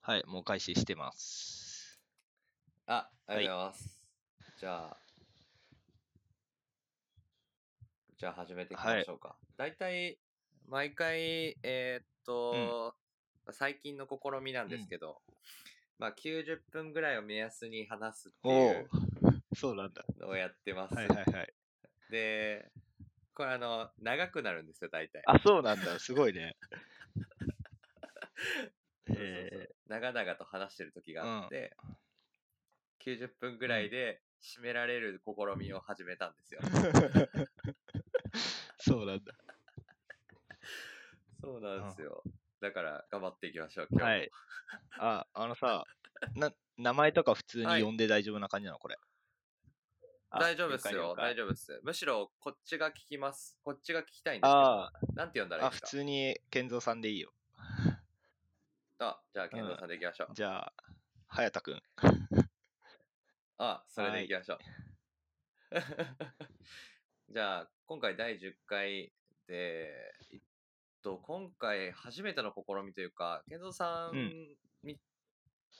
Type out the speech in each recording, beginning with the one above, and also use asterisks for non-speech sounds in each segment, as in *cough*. はい、もう開始してます。あ、ありがとうございます。じゃあ、じゃあ始めていきましょうか。だいたい、毎回、えーっと、最近の試みなんですけど、まあ90分ぐらいを目安に話すっておいおう、 *laughs* そうなんだ。のをやってます。はいはいはい。で、これあの、長くなるんですよ、大体。あ、そうなんだ。すごいね。 *laughs* そうそうそう長々と話してる時があって、90分ぐらいで締められる試みを始めたんですよ。ーそうなんだ。そうなんですよ。だから、頑張っていきましょう、今日も。はい。あ、あのさ、な名前とか普通はにい呼んで大丈夫な感じなのこれ。あ大丈夫ですよ。了解了大解丈夫です。むしろ、こっちが聞きます。こっちが聞きたいんですけど、あなんて呼んだーらいいあ、普ですか通に健三さんでいいよ。あ、じゃあ、健三さんでいきましょう。じゃあ、早田くん。あ、それはでいいきましょう。 *laughs* じゃあ、今回第10回で、えっと、今回初めての試みというか、健三さうんに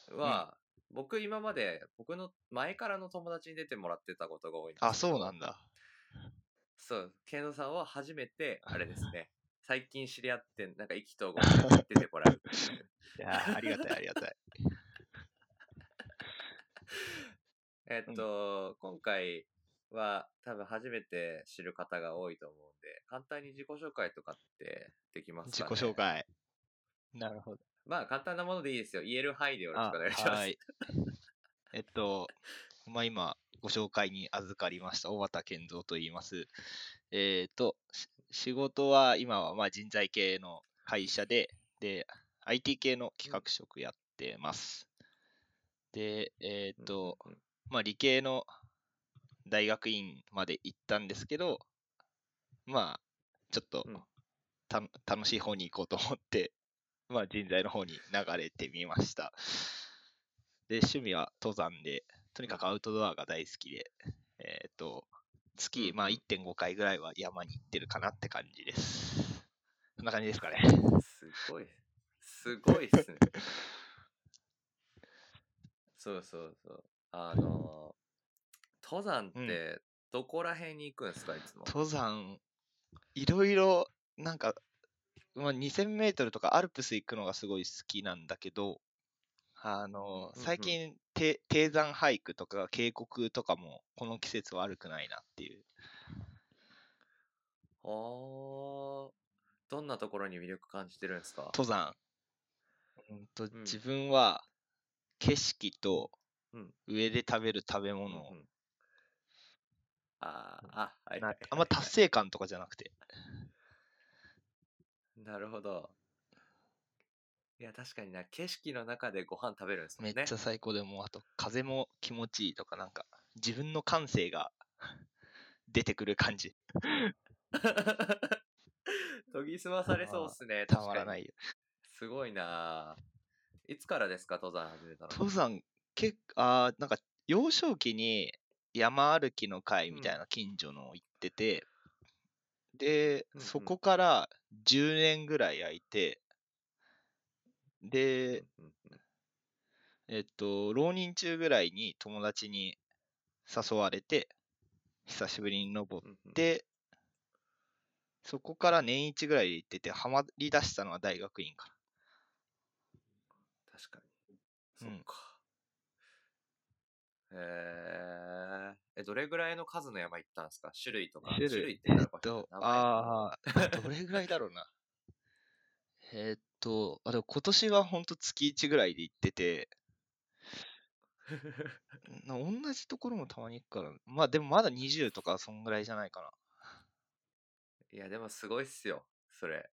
は、僕今まで、僕の前からの友達に出てもらってたことが多いんですあ、そうなんだ。そう、ケンゾーさんは初 *laughs* めて、あれですね、最近知り合って、なんか意気投合して出てもらうっていう。いやーありがたいありがた *laughs* い。えっと、今回は多分初めて知る方が多いと思うんで、簡単に自己紹介とかってできます自か己ね紹。介。なるほど。まあ簡単なものでいいですよ。言える範囲でよろしあくお願いします。はい。えっと、まあ、今、ご紹介に預かりました、小畑健三と言います。えっと、し仕事は今はまあ人材系の会社で、で、IT 系の企画職やってます。で、えっと、うんうんうんまあ、理系の大学院まで行ったんですけど、まあ、ちょっとうんた、楽しい方に行こうと思って、まあ、人材の方に流れてみました。で、趣味は登山で、とにかくアウトドアが大好きで、えっ、と、うん月う、んまあ、1.5回ぐらいは山に行ってるかなって感じです。そんな感じですかね。すごい。すごいっすね。そうそうそう。あのー、登山っうんてどこら辺に行くんですか、いつも。登山いろいろなんか、まあ、2,000m とかアルプス行くのがすごい好きなんだけどあのうんうん最近低低山ハイクとか渓谷とかもこの季節悪くないなっていうあーどんなところに魅力感じてるんですか登山、うんとん自分は景色とうん上で食べる食べ物、うんうんあーあ、はいなはんいかあんま達成感とかじゃなくて *laughs* なるほど。いや、確かにな、景色の中でご飯食べるんですもんめっね。ちゃ最高でもうあと風も気持ちいいとかなんか自分の感性が *laughs* 出てくる感じ研ぎ澄まされそうっすね。たまら確かなにいよすごいないつからですか、登山始めたの。登山結構あーなんか幼少期に山歩きの会みたいうな近所の行ってて、で、うんうんそこから10年ぐらい空いてで、うんうんうんえっと、浪人中ぐらいに友達に誘われて、久しぶりに登っうんうんて、そこから年一ぐらいで行ってて、ハマり出したのは大学院か確かうに。んそっか。えー、え、どれぐらいの数の山行ったんですか種類とか。ら。種類って言えっったらと、あ。ああ、どれぐらいだろうな。 *laughs* えっと、あ、でも今年はほんと月一ぐらいで行ってて、 *laughs* な同じところもたまに行くから、まあでもまだ20とかそんぐらいじゃないかな。いや、でもすごいっすよ。それ。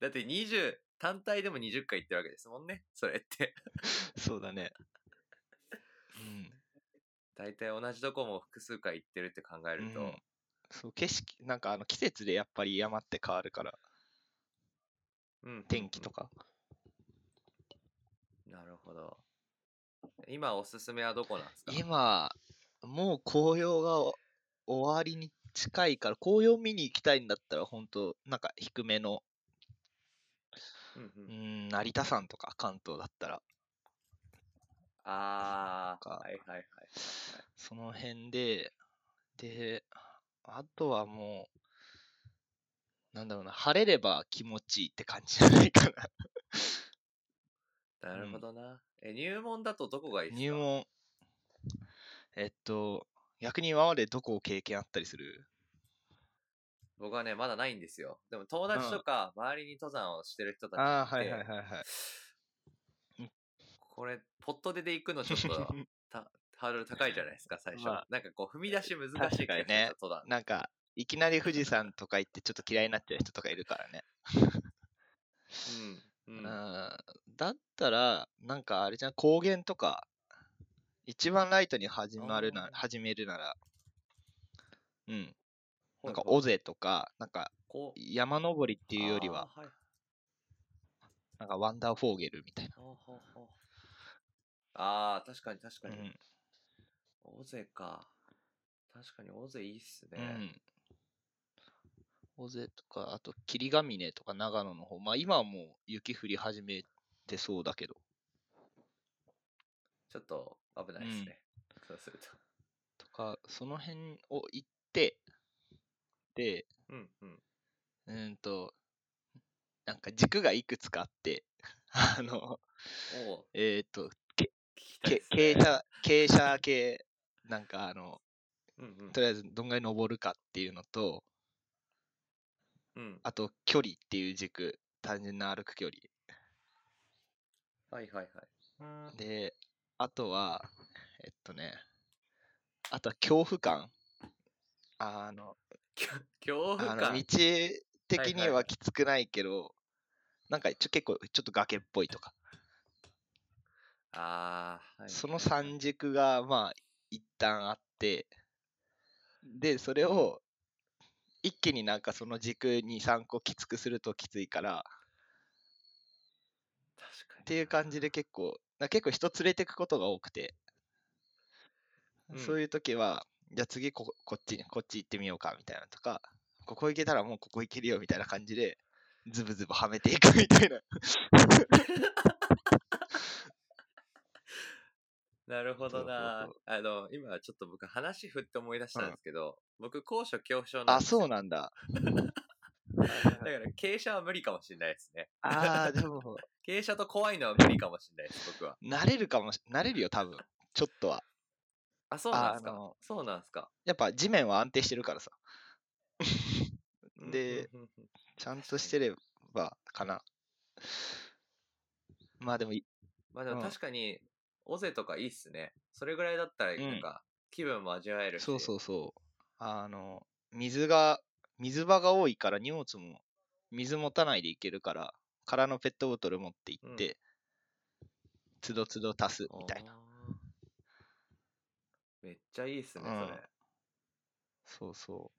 だって20、単体でも20回行ってるわけですもんね。それって。 *laughs* *laughs* そうだね。 *laughs* うん。大体同じとこも複数回行ってるって考えると。うんそう景色なんかあの季節でやっぱり山って変わるからうん天気とか。か、なるほど。今おすすめはどこなんですか今もう紅葉がお終わりに近いから紅葉見に行きたいんだったら本当なんか低めのうんううんん成田山とか関東だったらああ、なんはかいはいはい。その辺で、で、あとはもう、なんだろうな、晴れれば気持ちいいって感じじゃない *laughs* かな。なるほどな。え、入門だとどこがいいですか入。門。えっと、逆に今までどこを経験あったりする僕はね、まだないんですよ。でも友達とか、周りに登山をしてる人たちがいて、ああ、はいはいはいはい。これ、ポットでで行くのちょっとた、ハードル高いじゃないですか、最初。 *laughs* まあなんかこう、踏み出し難しい気がするん確ですかによね登 *laughs* 山。なんか、いきなり富士山とか行ってちょっと嫌いになっちゃう人とかいるからね。うん。う、うんん。だったら、なんかあれじゃん、高原とか、一番ライトに始まるあなー、始めるなら、うん、ほなんいかほい尾瀬とか、なんかこう山登りっていうよりは、あーはいなんかワンダーフォーゲルみたいな。ほうほうほうあー、確かに確かうに。ん、大勢か。確かに大勢いいっすうね。ん。尾瀬とか、あと霧ヶ峰とか長野の方、まあ今はもう雪降り始めてそうだけど、ちょっと危ないですね。 *laughs* そうすると。とか、その辺を行って、で、うんうん。うーんと、なんか軸がいくつかあって、 *laughs* あの、おうえっ、と、聞きけたいですね。傾斜、傾斜系、なんかあの、うんうんとりあえずどんぐらい登るかっていうのと、うん。あと距離っていう軸、単純な歩く距離。はいはいはい。で、あとは、えっとね、あとは恐怖感。あの、きょ *laughs* 恐あ怖の感。道的はいにははいきつくないけど、なんかちょ結構ちょっと崖っぽいとか、ああ、はいその三軸がまあ一旦あって、で、それを一気になんかその軸に3個きつくするときついから、確かに。っていう感じで結構、な結構人連れてくことが多くて、うんそういう時は、じゃあ次ここっちに、こっち行ってみようかみたいなとか、ここ行けたらもうここ行けるよみたいな感じで、ズブズブはめていくみたいな。なるほどなそう。あの、今ちょっと僕話振って思い出したんですけど、僕高所恐怖症なんあ、ですよ。そうなんだ。 *laughs* だから傾斜は無理かもしれないですね。ああ、でも、傾斜と怖いのは無理かもしれないです、僕は。慣れるかもし、慣れるよ、多分。ちょっとは。あ、そうなんですあかの。そうなんですか。やっぱ地面は安定してるからさ。うんで、うんうんうんちゃんとしてればかな。まあでもい、まあでもうん確かに、尾瀬とかいいっすね。それぐらいだったら、んなんか、気分も味わえるし。そうそうそう。あの、水が、水場が多いから荷物も、水持たないでいけるから、空のペットボトル持って行って、つどつど足すみたいな。あー。めっちゃいいっすね、うんそれ。そうそう。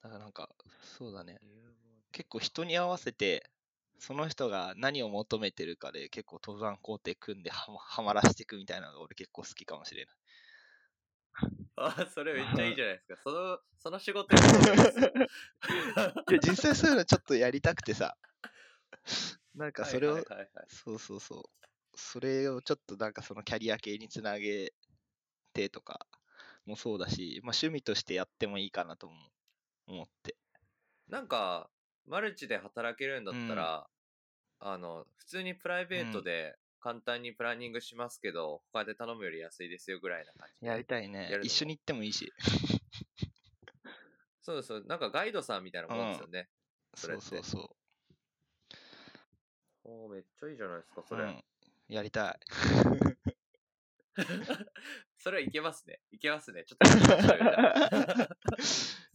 だからなんか、そうだね。入門結構人に合わせて、その人が何を求めてるかで結構登山工程組んではま *laughs* はまらしていくみたいなのが俺結構好きかもしれない。あ、それめっちゃいいじゃないですか。その、その仕事やってるん *laughs* ですよいや実際そういうのちょっとやりたくてさ、 *laughs* なんかそれをはいはいはいはいそうそうそう。それをちょっとなんかそのキャリア系につなげてとかもそうだし、まあ、趣味としてやってもいいかなとも思って。なんか、マルチで働けるんだったら、あの、普通にプライベートで簡単にプランニングしますけど、他で頼むより安いですよぐらいな感じで。やりたいねやるの。も一緒に行ってもいいし。そうそう、なんかガイドさんみたいなもんですよね。そそれっうてそうそう。おーめっちゃいいじゃないですか、そうれ。ん、やり *laughs* たい。それはいけますね。いけますね。ちょっとやりましょうよ。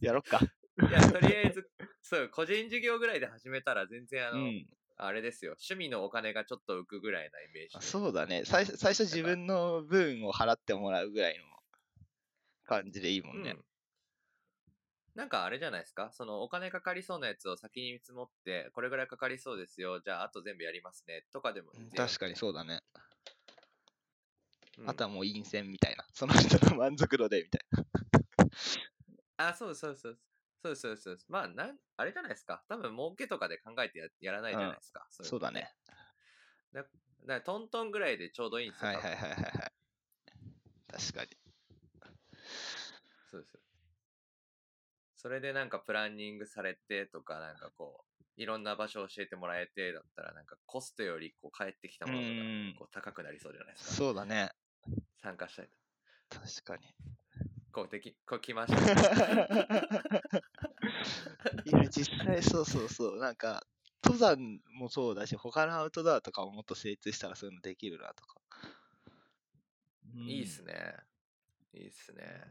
*laughs* やろっか。じゃあいや、とりあえず、そう、個人事業ぐらいで始めたら全然あうの、ん。あれですよ。趣味のお金がちょっと浮くぐらいなイメージで。そうだね。最初最初自分の分を払ってもらうぐらいの感じでいいもんねう。んなんかあれじゃないですかそのお金かかりそうなやつを先に見積もって、これぐらいかかりそうですよ。じゃあ、あと全部やりますね。とかでも全然。確かにそうだね。うんあとはもう陰線みたいな。その人の満足度でみたいあ、そうそうそう。そうそうそう。まあ、なん、あれじゃないですか多分、儲けとかで考えてややらないじゃないですか。な。いそうのだね。だだからトントンぐらいでちょうどいいんですよ。はい多はい分はいはいはい。確かに。そうです。それでなんかプランニングされてとか、なんかこう、いろんな場所を教えてもらえてだったら、なんかコストよりこう帰ってきたものがうんこう高くなりそうじゃないですか。そうだね。参加したいと。確 *laughs* かに。こうでき、こう来ま *laughs* した。いや、実際そうそうそう。なんか、登山もそうだし、他のアウトドアとかももっと精通したらそういうのできるなとか。いいっすね。ね。いいっすね。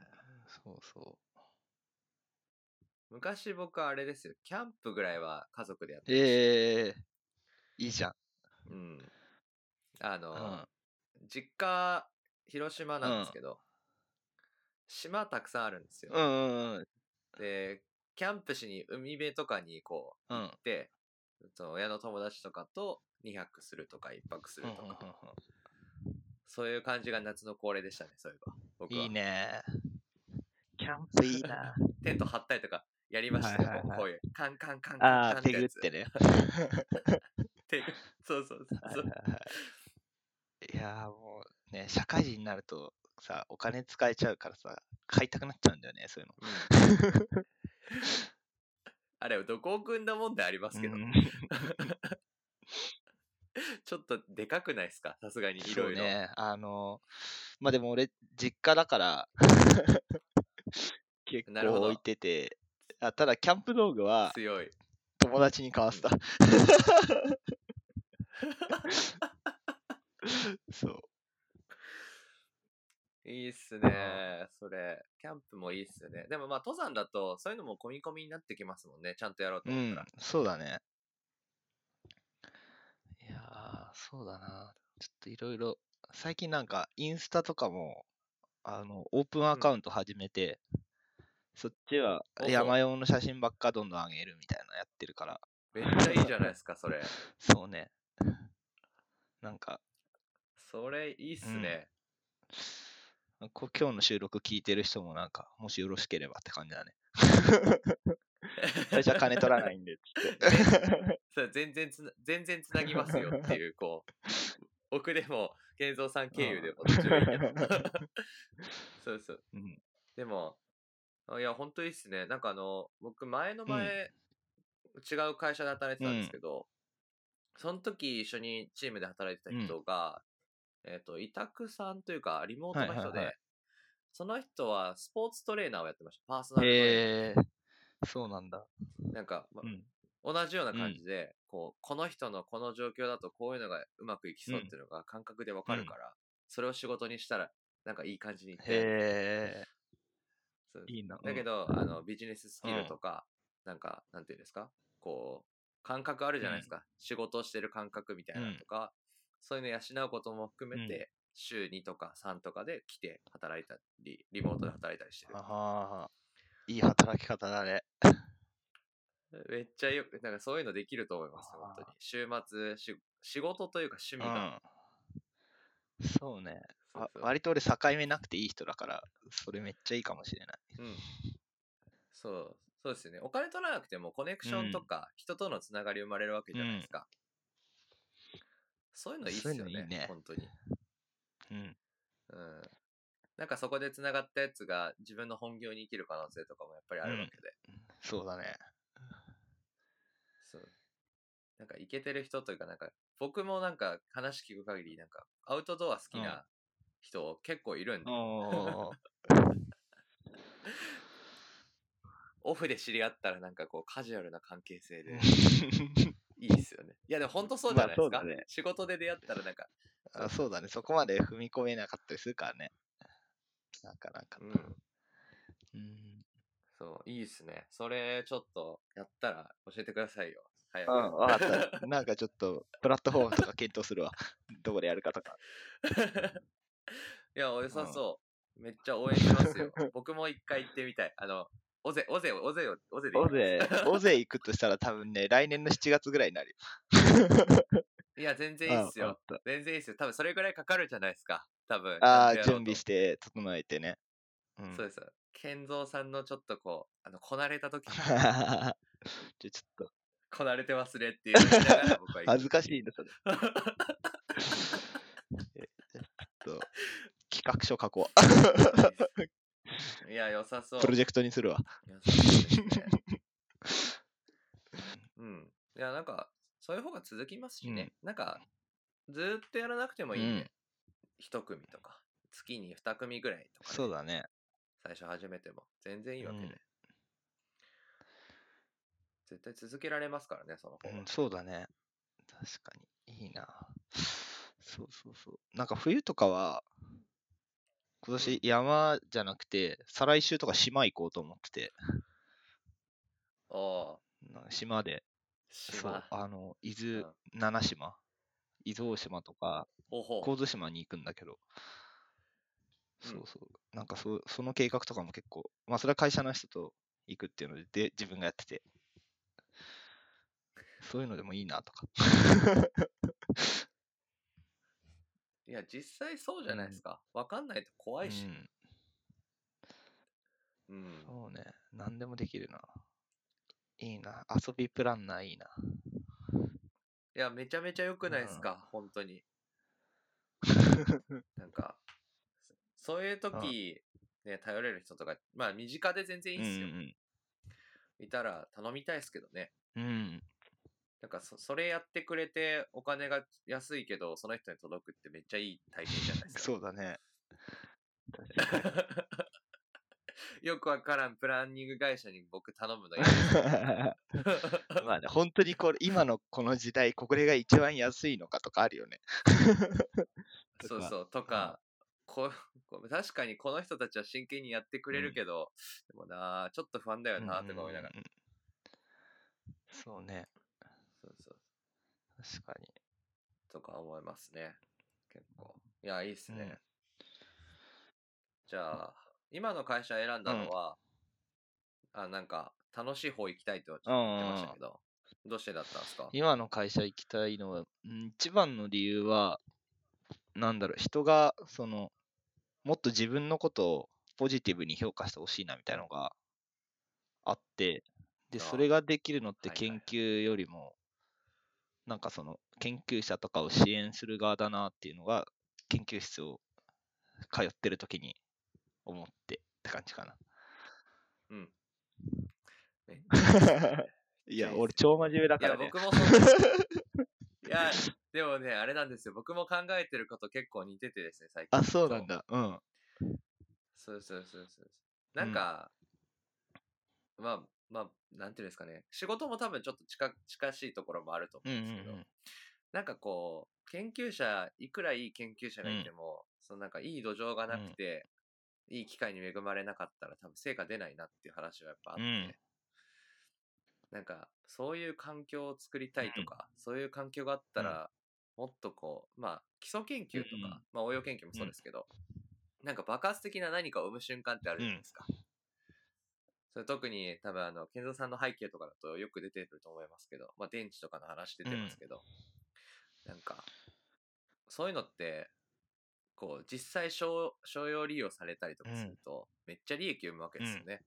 そうそう。昔僕はあれですよ。キャンプぐらいは家族でやってましええいいじゃん。た。うん。あの、うん。実家、広島なんですけど、島たくさんあるんですよ。うんうんうん。で、キャンプしに海辺とかにこううん行って、その親の友達とかと2泊するとか1泊するとか、そういう感じが夏の恒例でしたね、そういえば。僕はいいね。キャンプいいな。テント張ったりとかやりましたよ、はいはいはいこういうカンカンカンカン *laughs* あカンあ、って手やぐっつ。てね。手ぐそうそうそう *laughs* はいそはうい。はいいやーもうね、社会人になるとさ、お金使えちゃうからさ、買いたくなっちゃうんだよね、そういうの。うんあれ、どこを組んだもんでありますけど、うん *laughs* ちょっとでかくないですかさすがにいそろういろ。ね、あの、まあでも俺、実家だから、結なるほ構ど置いてて、あただキャンプ道具は強い。友達に買わせた。そう。いいっすね。それ。キャンプもいいっすね。でもまあ登山だと、そういうのも込み込みになってきますもんね。ちゃんとやろうとう思っんたら。、そうだね。いやー、そうだな。ちょっといろいろ、最近なんかインスタとかも、あの、オープンアカウント始めて、そっちはおお山用の写真ばっかどんどん上げるみたいなのやってるから、めっちゃいいじゃないですか、それ。そうね。なんか、それいいっすね。こ今日の収録聞いてる人もなんか、もしよろしければって感じだね。最初は金取らないんで、つって。それ全然つな、全然つなぎますよっていう、こう。僕でも、健三さん経由でも、どっちでもいいけどそうそう。 *laughs* *laughs* うんでも、あいや、本当いいっすね。なんかあの、僕、前の前、違う会社で働いてたんですけど、その時一緒にチームで働いてた人が、えっ、と、委託さんというか、リモートの人はいで、はいはいその人はスポーツトレーナーをやってました。パーソナルトレーナへー。えー、そうなんだ。なんか、まうん。同じような感じで、こう、この人のこの状況だとこういうのがうまくいきそうっていうのが感覚でわかるから、それを仕事にしたら、なんかいい感じにいって、へそうえいいな。だけど、ど、あの、ビジネススキルとか、なんか、なんていうんですか、こう、感覚あるじゃないですか。仕事をしてる感覚みたいなのとか、そういうの養うことも含めて、週2とか3とかで来て働いたり、リモートで働いたりしてるあ。はーいい働き方だね。めっちゃよく、なんかそういうのできると思います、本当に。週末、し仕事というか趣う味が。ん。そうね。そうわそう割と俺境目なくていい人だから、それめっちゃいいかもしれない。うん。そう、そうですよね。お金取らなくてもコネクションとか、人とのつながり生まれるわけじゃないですか。そういうのいいっすよそういうのいねいね本当に。うん。うん。なんかそこでつながったやつが自分の本業に生きる可能性とかもやっぱりあるわけで。そうだね。そう。なんかイケてる人というか、なんか僕もなんか話聞く限り、なんかアウトドア好きうんな人結構いるんで、おーオフで知り合ったらなんかこうカジュアルな関係性でうんいいっすよね。いやでも本当そうじゃないですまあか。そうだね仕事で出会ったらなんか *laughs* あそうだね。そこまで踏み込めなかったりするからね。なかなか。うん。うん。そう、いいっすね。それ、ちょっと、やったら教えてくださいよ。早く。うん、わかった。 *laughs* なんかちょっと、プラットフォームとか検討 *laughs* するわ。どこでやるかとか。いや、良さそう。めっちゃ応援しますよ。 *laughs* 僕も一回行ってみたい。あの、尾瀬、尾瀬、尾瀬、尾瀬で行大きます。勢、大勢行くとしたら多分ね、来年の7月ぐらいになるよ。いや、全然いいっすうんわよか。った全然いいっすよ。多分それぐらいかかるじゃないですか。多分。ああ、ちゃんとや準ろうと備して、整えてね。うんそうです。健三さんのちょっとこう、あの、こなれた *laughs* 時じゃあちょっと、 *laughs* こなれてますねっていうのを見ながら僕は行く恥ずかしいんだ、それ。画書書こ。いや、良さそう *laughs* う。プロジェクトにするわ。良さそうですね *laughs* うん。いや、なんか、そういう方が続きますしね。なんか、ずーっとやらなくてもいいね。一、組とか、月に二組ぐらいとか、ね、そうだね。最初始めても。全然いいわけで、うん絶対続けられますからね、その方うがん、。そうだね。確かに。いいな。そうそうそう。なんか冬とかは、今年山じゃなくて、再来週とか島行こうと思ってて、おーなんか島で、そ島う、あの、伊うん豆、七島、伊豆大島とか、ほうほう神津島に行くんだけど、うんそうそう、なんかそその計画とかも結構、まあそれは会社の人と行くっていうので、で自分がやってて、そういうのでもいいなとか。いや、実際そうじゃないですか。わ、かんないと怖いしう。んうん。そうね、何でもできるな。いいな、遊びプランナーいいな。いや、めちゃめちゃ良くないですか、本当 *laughs* に。なんか、そそういう時、ね、頼れる人とか、まあ、身近で全然いいっすよ。うんいたら頼みたいですけどね。うん、うん、なんかそ、それやってくれて、お金が安いけど、その人に届くってめっちゃいい体験じゃないですか。そうだ *laughs* ね。よくわからんプランニング会社に僕頼むのやまあね、本当にこれ今のこの時代、これが一番安いのかとかあるよね。 *laughs* とそうかそう、とか、ここう確かにこの人たちは真剣にやってくれるけど、でもなあ、ちょっと不安だよなあとか思いながら。うんうんうんそうね、そうそう。確かに。とか思いますね。結構。いや、いいっすね。うんじゃあ、今の会社選んだのは、あ、なんか、楽しい方行きたいと言ってましたけど、どうしてだったんですか今の会社行きたいのは、うん一番の理由は、なんだろう、人が、その、もっと自分のことをポジティブに評価してほしいなみたいなのがあって、で、ああそれができるのってはいはいは研い究よりも、なんかその、研究者とかを支援する側だなっていうのが、研究室を通ってる時に思ってって感じかな。うん。めっちゃ *laughs* いいいっや、すね俺超真面目だいかや、らね。僕もそ *laughs* うですいや、でもね、あれなんですよ。僕も考えてること結構似ててですね、最近。あ、そうなん。だ。うん。そうそうそうそう。なんか、まあ、まあ、なんていうんですかね。仕事も多分ちょっと近近しいところもあるとうん思うんですけど、なんかこう、研究者、いくらいい研究者がいても、そのなんかいい土壌がなくて、いい機会に恵まれなかったら多分成果出ないなっていう話はやっぱあって、うんなんかそういう環境を作りたいとか、そういう環境があったら、もっとこう、まあ基礎研究とか、うんまあ応用研究もそうですけど、なんか爆発的な何かを生む瞬間ってあるじゃないですか。それ特に多分あの、健三さんの背景とかだとよく出てると思いますけど、まあ電池とかの話出てますけど、なんか、そういうのって、こう、実際商商用利用されたりとかすると、めっちゃ利益を生むわけですよね。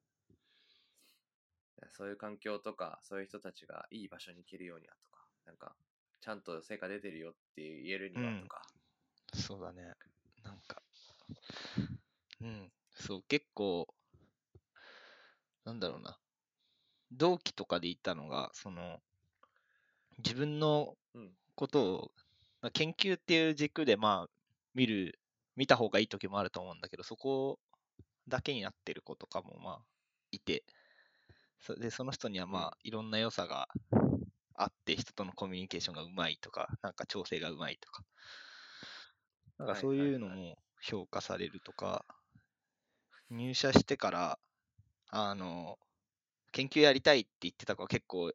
そういう環境とか、そういう人たちがいい場所に行けるようにはとか、なんか、ちゃんと成果出てるよって言えるにはとか、そうだね。なんか、うん、そう、結構、なんだろうな。同期とかで言ったのが、その、自分のうんことを、まあ研究っていう軸で、まあ、見る、見た方がいい時もあると思うんだけど、そこだけになってる子とかも、まあ、いて、そで、その人には、まあ、いろんな良さがあって、人とのコミュニケーションがうまいとか、なんか調整がうまいとか、なんかはいそういうのはいはも評価されるとか、入社してから、あの、研究やりたいって言ってた子は結構、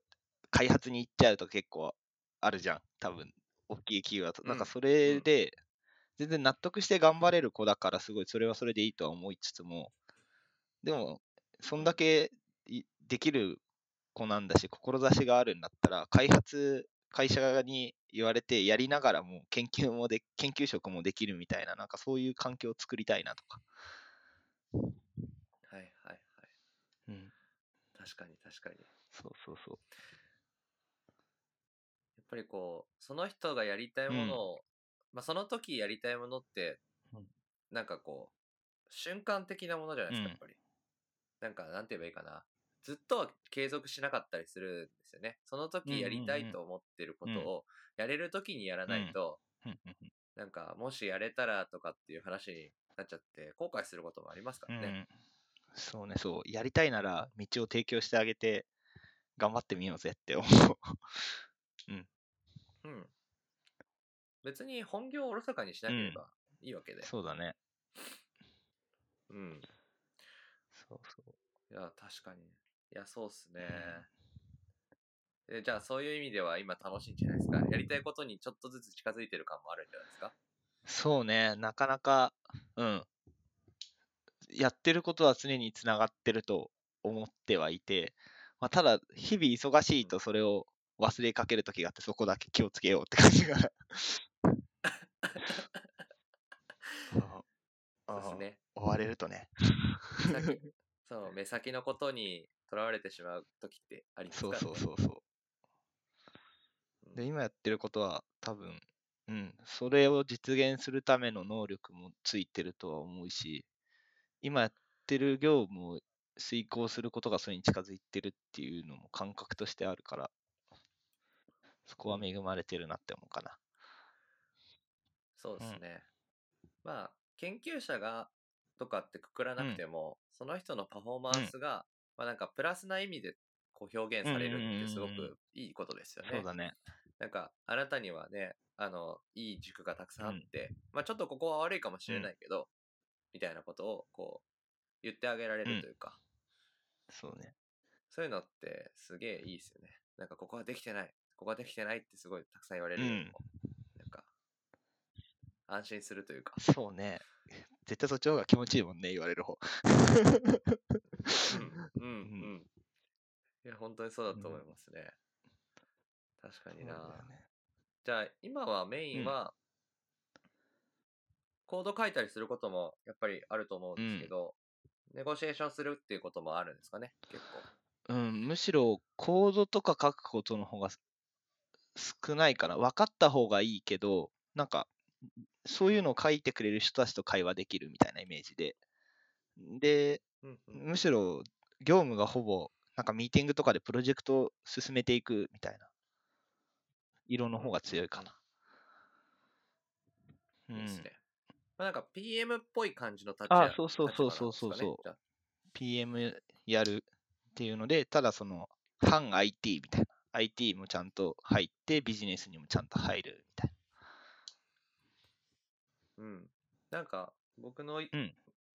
開発に行っちゃうと結構あるじゃん、多分、大きい企業だと。なんかうんそれうんで、全然納得して頑張れる子だから、すごい、それはそれでいいとは思いつつも、でも、そんだけいできる子なんだし、志があるんだったら、開発、会社に言われて、やりながらも研究もで、研究職もできるみたいな、なんかそういう環境を作りたいなとか。はいはいはい。うん。確かに確かに。やそうそうそう。っぱりこう、その人がやりたいものを、まあその時やりたいものってうん、なんかこう、瞬間的なものじゃないですうんか、やっぱり。なんか、なんて言えばいいかな。ずっとは継続しなかったりするんですよね。そのうんうん時うんやりたいと思ってることを、やれる時にやらないと、うんうんうんなんか、もしやれたらとかっていう話になっちゃって、後悔することもありますからね。うん、そうね、そう。やりたいなら道を提供してあげて、頑張ってみようぜって思う。うん。別に本業をおろそかにしなければいいわけ *laughs* で。そうだね。うん。そうそう。いや、確かに。いや、そうっすね。えじゃあ、そういう意味では今楽しいんじゃないですか。やりたいことにちょっとずつ近づいてる感もあるんじゃないですか。そうね、なかなか、うん。やってることは常につながってると思ってはいて、まあ、ただ、日々忙しいとそれを忘れかける時があって、そこだけ気をつけようって感じが。 *laughs* そうそうですね。追われるとね。 *laughs* 目先そう、目先のことにとらわれてしまう時ってありますかそらうね。そうそうそう。うん。で、今やってることは多分、うん、それを実現するための能力もついてるとは思うし、今やってる業務を遂行することがそれに近づいてるっていうのも感覚としてあるから、そこは恵まれてるなって思うかな。 *laughs* そうですね。まあ、研究者がとかってくくらなくても、その人のパフォーマンスが、まあなんかプラスな意味でこう表現されるってすごうんうんうんうんくいいことですよね。そうだね。なんか、あなたにはね、あの、いい軸がたくさんあって、まあちょっとここは悪いかもしれないけど、みたいなことをこう、言ってあげられうんるというか、そうね。そういうのってすげえいいですよね。なんか、ここはできてない、ここはできてないってすごいたくさん言われるよりも、なんか、安心するとい *laughs* うか、そうね。絶対そっちの方が気持ちいいもんね、言われる方。うん、うん、うん。いや、本当にそうだと思いますね。確かになそうだよねじゃあ、今はメインは、コード書いたりすることもやっぱりあると思うんですけど、ネゴシエーションするっていうこともあるんですかね、結うん、むしろコードとか書くことの方がす少ないかな。分かった方がいいけど、なんか、そういうのを書いてくれる人たちと会話できるみたいなイメージで。で、構。うんうんむしろ業務がほぼ、なんかミーティングとかでプロジェクトを進めていくみたいな色の方が強いかな。うんいいですね。まあ、なんか PM っぽい感じの立ちあやそうそうそうそうそうそう立場なんですかね PM やるっていうので、ただその、反 IT みたいな。IT もちゃんと入って、ビジネスにもちゃんと入るみたいじゃあうん。なんか、僕のい、うん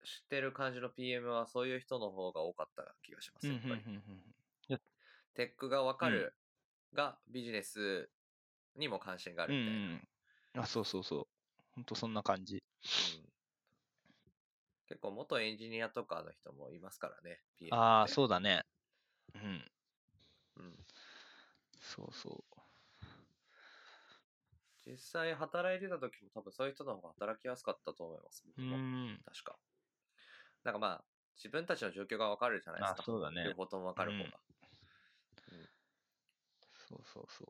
知ってる感じの PM はそういう人の方が多かった気がします、な。やっぱり。やっテックがわかるが、ビジネスにも関心があうんるみたいな。うん。あ、そうそうそう。ほんとそんな感じ。うん結構元エンジニアとかの人もいますからね。PM ああ、ってそうだね。うん。うん。そうそう。実際働いてた時も多分そういう人の方が働きやすかったと思います。僕うもん。確か。なんかまあ、自分たちの状況がわかるじゃないですあか。そうだね両方ともわかる方が。そうそうそう。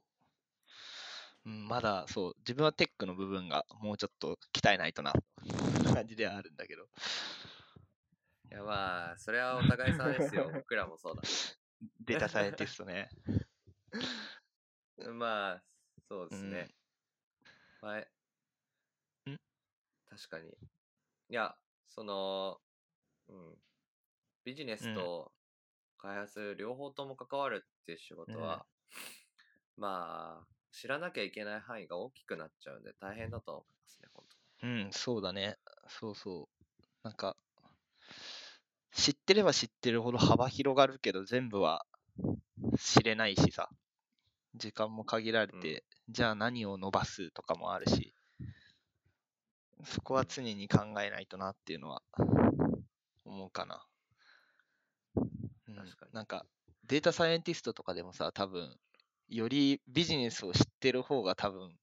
うん、まだそう、自分はテックの部分がもうちょっと鍛えないとな、感じではあるんだ *laughs* けど。いやまあ、それはお互い様です *laughs* よ。僕らもそうだデータサイエンティストね。し。まあ、そうですね。前。ん確かに。いや、その、うん。ビジネスと開発両方とも関わるっていう仕事は、まあ、知らなきゃいけない範囲が大きくなっちゃうんで大変だとは思いますね、本うん、そうだね。そうそう。なんか、知ってれば知ってるほど幅広がるけど、全部は知れないしさ。時間も限られて、じゃあ何を伸ばすとかもあるし、そこは常に考えないとなっていうのは思うかな。うん確かになんか、データサイエンティストとかでもさ、多分、よりビジネスを知ってる方が多分、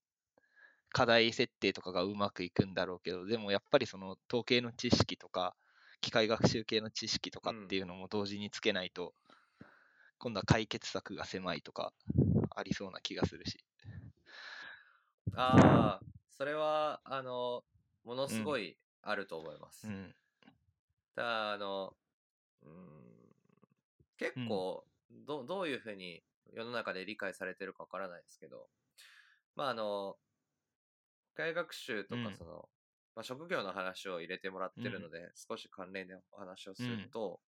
課題設定とかがうまくいくんだろうけど、でもやっぱりその統計の知識とか、機械学習系の知識とかっていうのも同時につけないと、今度は解決策が狭いとか、ありそうな気がするし。当。ああ、それは、あの、ものすごいあると思います。うん。ただ、あの、うーん、結構、ど、どういうふうに世の中で理解されてるかわからないですけど、まあ、あの、機械学習とうかんその、まあ、職業の話を入れてもらってるので、少し関連でお話をすると、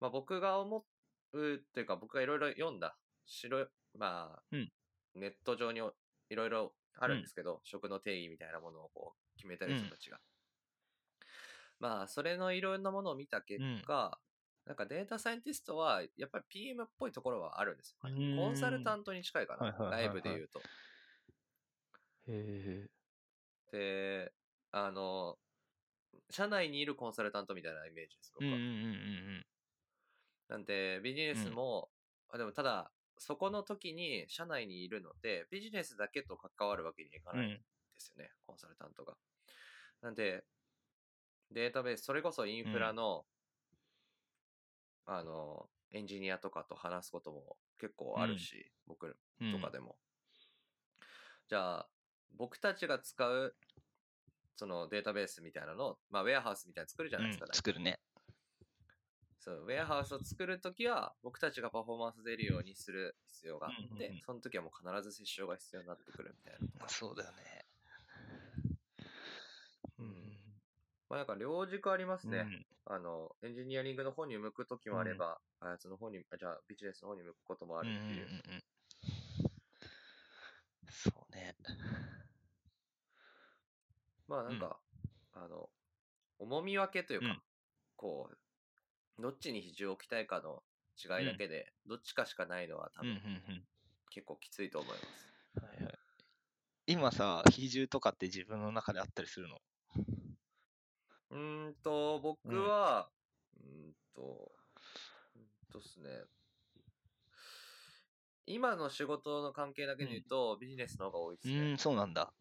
まあ、僕が思うっていうか、僕がいろいろ読んだ、白い、まあ、うんネット上においろいろあるんですけど、食の定義みたいなものをこう決めてる人たちが。まあ、それのいろんなものを見た結果、なんかデータサイエンティストは、やっぱり PM っぽいところはあるんですようね。ーんコンサルタントに近いかはいはいな、はいはい内部で言うと。へで、あの、社内にいるコンサルタントみたいなイメージです、う僕んうんは。うんうんなんで、ビジネスうんも、あでもただ、そこの時に社内にいるので、ビジネスだけと関わるわけにいかうん。うないん。ですよね、コンサルタントが。なんで、データベース、それこそインフラの、あの、エンジニアとかと話すことも結構あるし、僕らうんとかでも。じゃあ、僕たちが使う、そのデータベースみたいなのを、まあ、ウェアハウスみたいなの作るじゃないですか、うん作るね。そう、ウェアハウスを作るときは、僕たちがパフォーマンス出るようにする必要があっうんうんうてん、その時はもう必ず接触が必要になってくるみたいなとか。そうだよね。うん。まあ、なんか両軸ありますね。うんあの、エンジニアリングの方に向くときもあれば、開発の方に、あじゃあビジネスの方に向くこともあるっていう。んうんうんうん、そうね。まあなんか、あの、重み分けというか、うんこう、どっちに比重を置きたいかの違いだけで、どっちかしかないのは多うんうんう分ん結構きついと思います。はいはい、今さ、比重とかって自分の中であったりするのうーんと、僕は、うーんと、うーんとっすね。今の仕事の関係だけで言うと、ビジネスの方が多いですうね。ん、そうなんだ。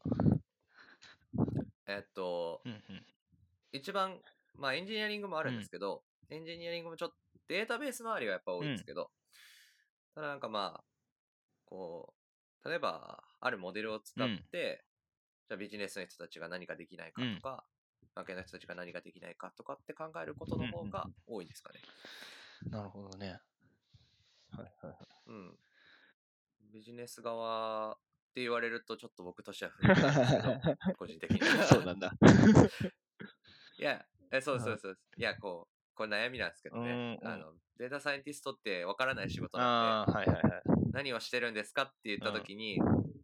えっとう、んうん一番、まあエンジニアリングもあるんですけど、エンジニアリングもちょっとデータベース周りがやっぱ多いんですけど、ただなんかまあ、こう、例えば、あるモデルを使って、じゃあビジネスの人たちが何かできないかとか、関係の人たちが何ができないかとかって考えることの方が多いですかね。なるほどね。はいはい、うん。ビジネス側って言われるとちょっと僕としては不利なんです *laughs* けど、個人的には。そうなんだ。いや、えそうですはそいうですそうです。いや、こう、これ悩みなんですけどね。うんうんあの、データサイエンティストってわからない仕事なんああ、はいはいはい。で、何をしてるんですかって言った時に、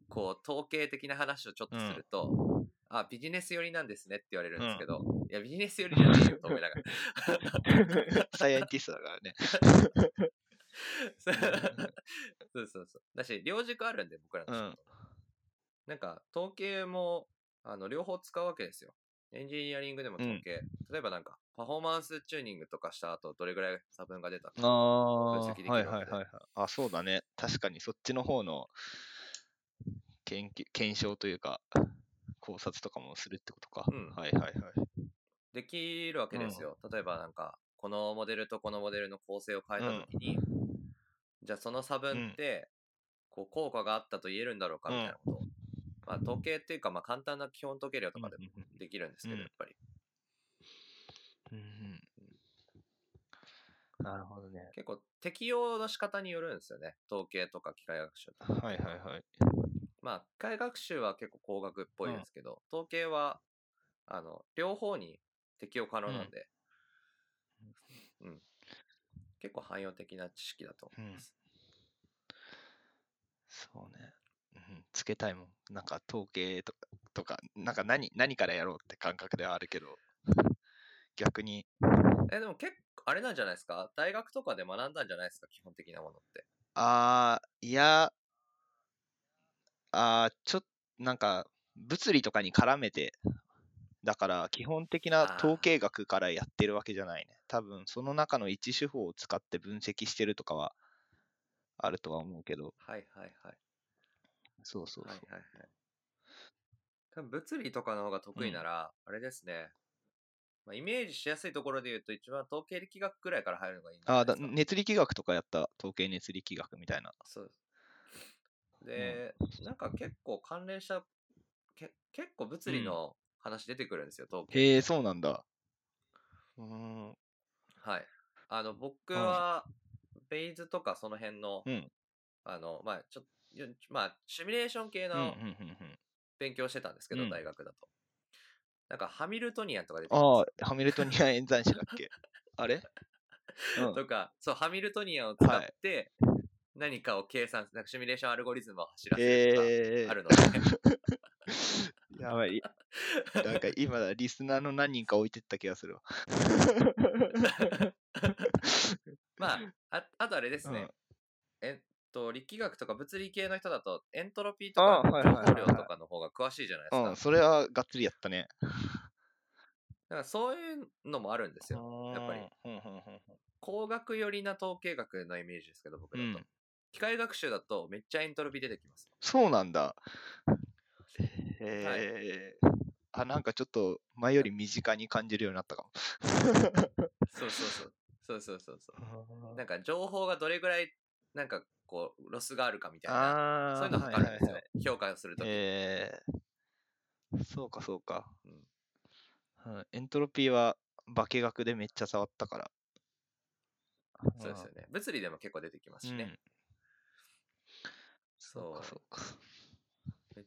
こう、統計的な話をちょっとすると、あ、ビジネス寄りなんですねって言われるんですけど、いや、ビジネス寄りじゃないよと思いながら。サイエンティストだからね。そう *laughs* そうそうそう。だし、両軸あるんで、僕らの仕う事。んなんか、統計も、あの、両方使うわけですよ。エンジニアリングでも統計。例えばなんか、パフォーマンスチューニングとかした後、どれぐらい差分が出たか。ああ、分析はでいきるわはいけではいはい。あ、そうだね。確かにそっちの方の研究検証というか、考察とかもするってことか。うんはいはいはい。できるわけですよ。例えばなんか、このモデルとこのモデルの構成を変えた時に、じゃあその差分って、こう、効果があったと言えるんだろうかみたいなことを。まあ、統計っていうか、まあ、簡単な基本統計量とかでもうんできるんですけうど、んやっぱり。うんうんなるほどね。結構、適用の仕方によるんですよね。統計とか機械学習とか。はいはいはい。まあ、機械学習は結構工学っぽいですけど、統計は、あの、両方に適用可能なんで、うん。結構汎用的な知識だと思います。そうね。うん、つけたいもん。なんか統計とか、とかなんか何何からやろうって感覚ではあるけど、 *laughs* 逆に、え、でも結構、あれなんじゃないですか大学とかで学んだんじゃないですか基本的なものって。あー、いや、あー、ちょっと、なんか、物理とかに絡めて、だから、基本的なあー統計学からやってるわけじゃないね。多分、その中の一手法を使って分析してるとかは、あるとは思うけど、はいはいはい。そうそうそう。はいはいはい。多分物理とかの方が得意なら、あれですね。まあ、イメージしやすいところで言うと、一番統計力学ぐらいから入るのがいいんじゃああ、ないでだすか。熱力学とかやった、統計熱力学みたいな。そうです。で、なんか結構関連した、け結構物理の話出てくるんですよ、トーク。へえ、そうなんだ。うーん。はい。あの、僕は、ベイズとかその辺の、うんあの、まあ、ちょよまあ、シミュレーション系うんうんのうんうん勉強してたんですけど、うん大学だと。なんか、ハミルトニアンとか出てきあまあ、ハミルトニア演算子だっけあれうんす。とか、そう、ハミルトニアンを使って、何かを計算すなんかシミュレーションアルゴリズムを走らせるとか、えあるので、 *laughs* ー、や *laughs* ばい。なんか今だ、リスナーの何人か置いてった気がするわ。まあ、ああとあれですね、うんえっと、力学とか物理系の人だと、エントロピーとあかーはい情はいはいはい報量とかの方が詳しいじゃないですか。うん、それはがっつりやったね。だからそういうのもあるんですよ。やっぱり。うんうんうん工学寄りな統計学のイメージですけど、僕だうんと。機械学習だとめっちゃエントロピー出てきます。そうなんだ。えーあ、なんかちょっと前より身近に感じるようになったかも。そうそうそう。そうそうそうそ *laughs* う。なんか情報がどれぐらい、なんかこう、ロスがあるかみたいな、あーそういうの測るんですよ。はいはいはい評価するとき。えーそうかそうか、うんうんエントロピーは化学でめっちゃ触ったから。そうですよんね。物理でも結構出てきますしね。うんそうそうかそうか。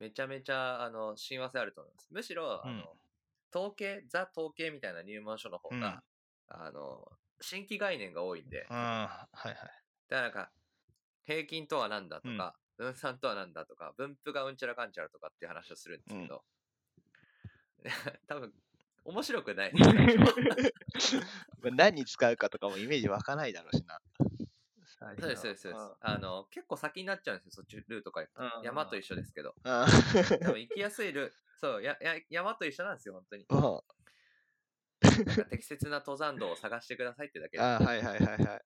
めちゃめちゃ、あの、親和性あると思います。むしろ、あの、うん統計、ザ統計みたいな入門書の方が、あの、新規概念が多いんで、うん、はいはい。だからなんか、平均とはなんだとか、分散とはなんだとか、分布がうんちゃらかんちゃらとかっていう話をするんですけど、 *laughs* 多分、面白くないですね。まあ何に使うかとかもイメージ湧かないだろうしな。 *laughs* そうです、そうです、そうです。あの、結構先になっちゃうんですよ、そっちルートから行くうと。ん山と一緒ですけど。あ多分行きやすいルそう、や、や、山と一緒なんですよ、本当に。あ *laughs* うんなんか適切な登山道を探してくださいってだけで。あーはいはいはいはい。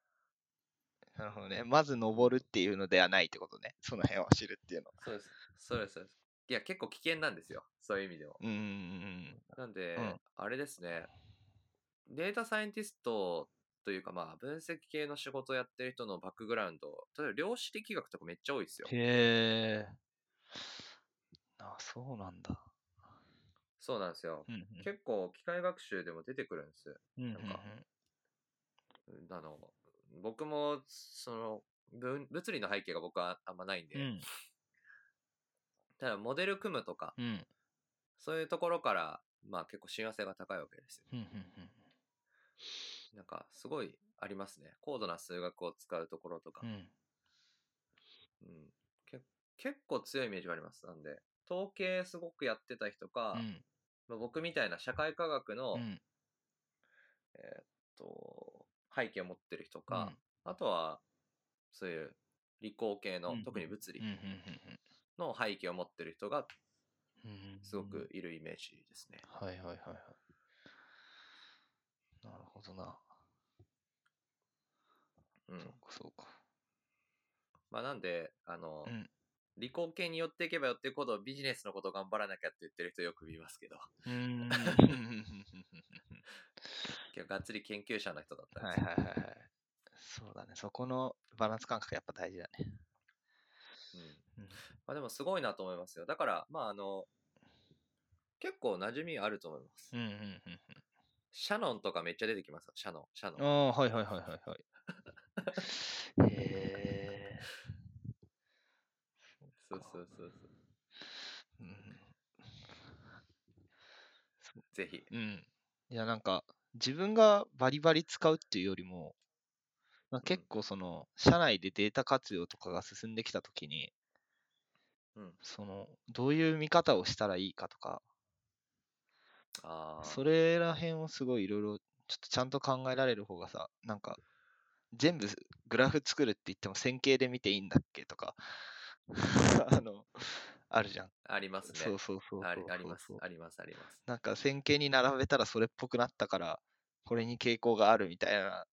なるほどね。まず登るっていうのではないってことね。その辺を知るっていうの。そうです、そうです、そうです。いや、結構危険なんですよ、そういう意味でも。うんうんうんなんで、うんあれですね、データサイエンティストというか、まあ、分析系の仕事をやってる人のバックグラウンド、例えば量子力学とかめっちゃ多いですようん。。へえ。あ、そうなんだ。そうなんですよ。うんうん結構、機械学習でも出てくるんです。うんうんうんなんかあの、僕も、その、分物理の背景が僕はあんまないんで、うんただモデル組むとか、うんうんそういうところから、まあ結構親和性が高いわけですよ。うんうんなんか、すごいありますね。高度な数学を使うところとかう。んうん、け結構強いイメージがあります。なんで、統計すごくやってた人か、うんまあ僕みたいな社会科学の、うんえーっと、背景を持ってる人か、あとは、そういう理工系の、うん特に物理うんうんうんの背景を持ってる人がうんうんうんすごくいるイメージですね。はいはいはいはい。なるほどな。うん。そうかそうか。まあなんで、あの、うん理工系に寄っていけば寄っていくほどビジネスのことを頑張らなきゃって言ってる人よく見ますけど、 *laughs* うーん結構がっつり研究者の人だったんはでいすはいよ。はいはい。そうだね。そこのバランス感覚やっぱ大事だね。うんうんまあでもすごいなと思いますよ。だから、まああの、結構馴染みあると思います。うんうんうんうん。シャノンとかめっちゃ出てきますよ。シャノン、シャノン。ああー、はいはいはいはいはい。へえ。そうそうそうそう。うんぜひ。うん。いや、なんか、自分がバリバリ使うっていうよりも、まあ、結構その、社内でデータ活用とかが進んできたときに、うん。その、どういう見方をしたらいいかとか、ああ。それら辺をすごいいろいろ、ちょっとちゃんと考えられる方がさ、なんか、全部グラフ作るって言っても線形で見ていいんだっけとか、 *laughs* あの、あるじゃん。ありますね。そうそうそうそうありありそうますそう。あります。あります。なんか線形に並べたらそれっぽくなったから、これに傾向があるみたいな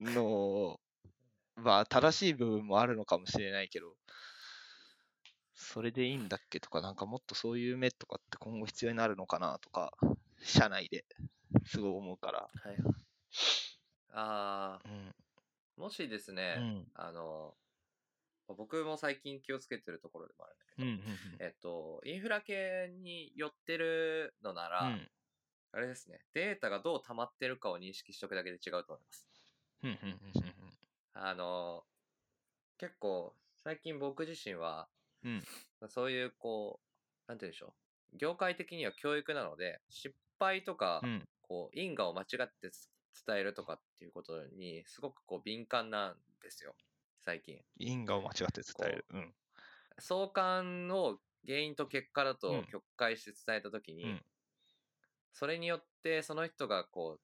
のを、まあ正しい部分もあるのかもしれないけど、それでいいんだっけとか、なんかもっとそういう目とかって今後必要になるのかなとか、社内ですごい思うから。 *laughs* はい。あうあ、ん。もしですうね、ん。あの、まあ僕も最近気をつけてるところでもあるんだけうど、んえっと、インフラ系に寄ってるのなら、うんあれですね、データがどう溜まってるかを認識しておくだけで違うと思います。うんうんうんあの、結構、最近僕自身は、うんそういう、こう、なんて言うんでしょう。業界的には教育なので、失敗とか、うんこう、因果を間違ってつ伝えるとかっていうことに、すごくこう、敏感なんですよ。最近。因果を間違って伝える。うん相関を原因と結果だうとん曲解して伝えたときに、うんそれによってその人がこう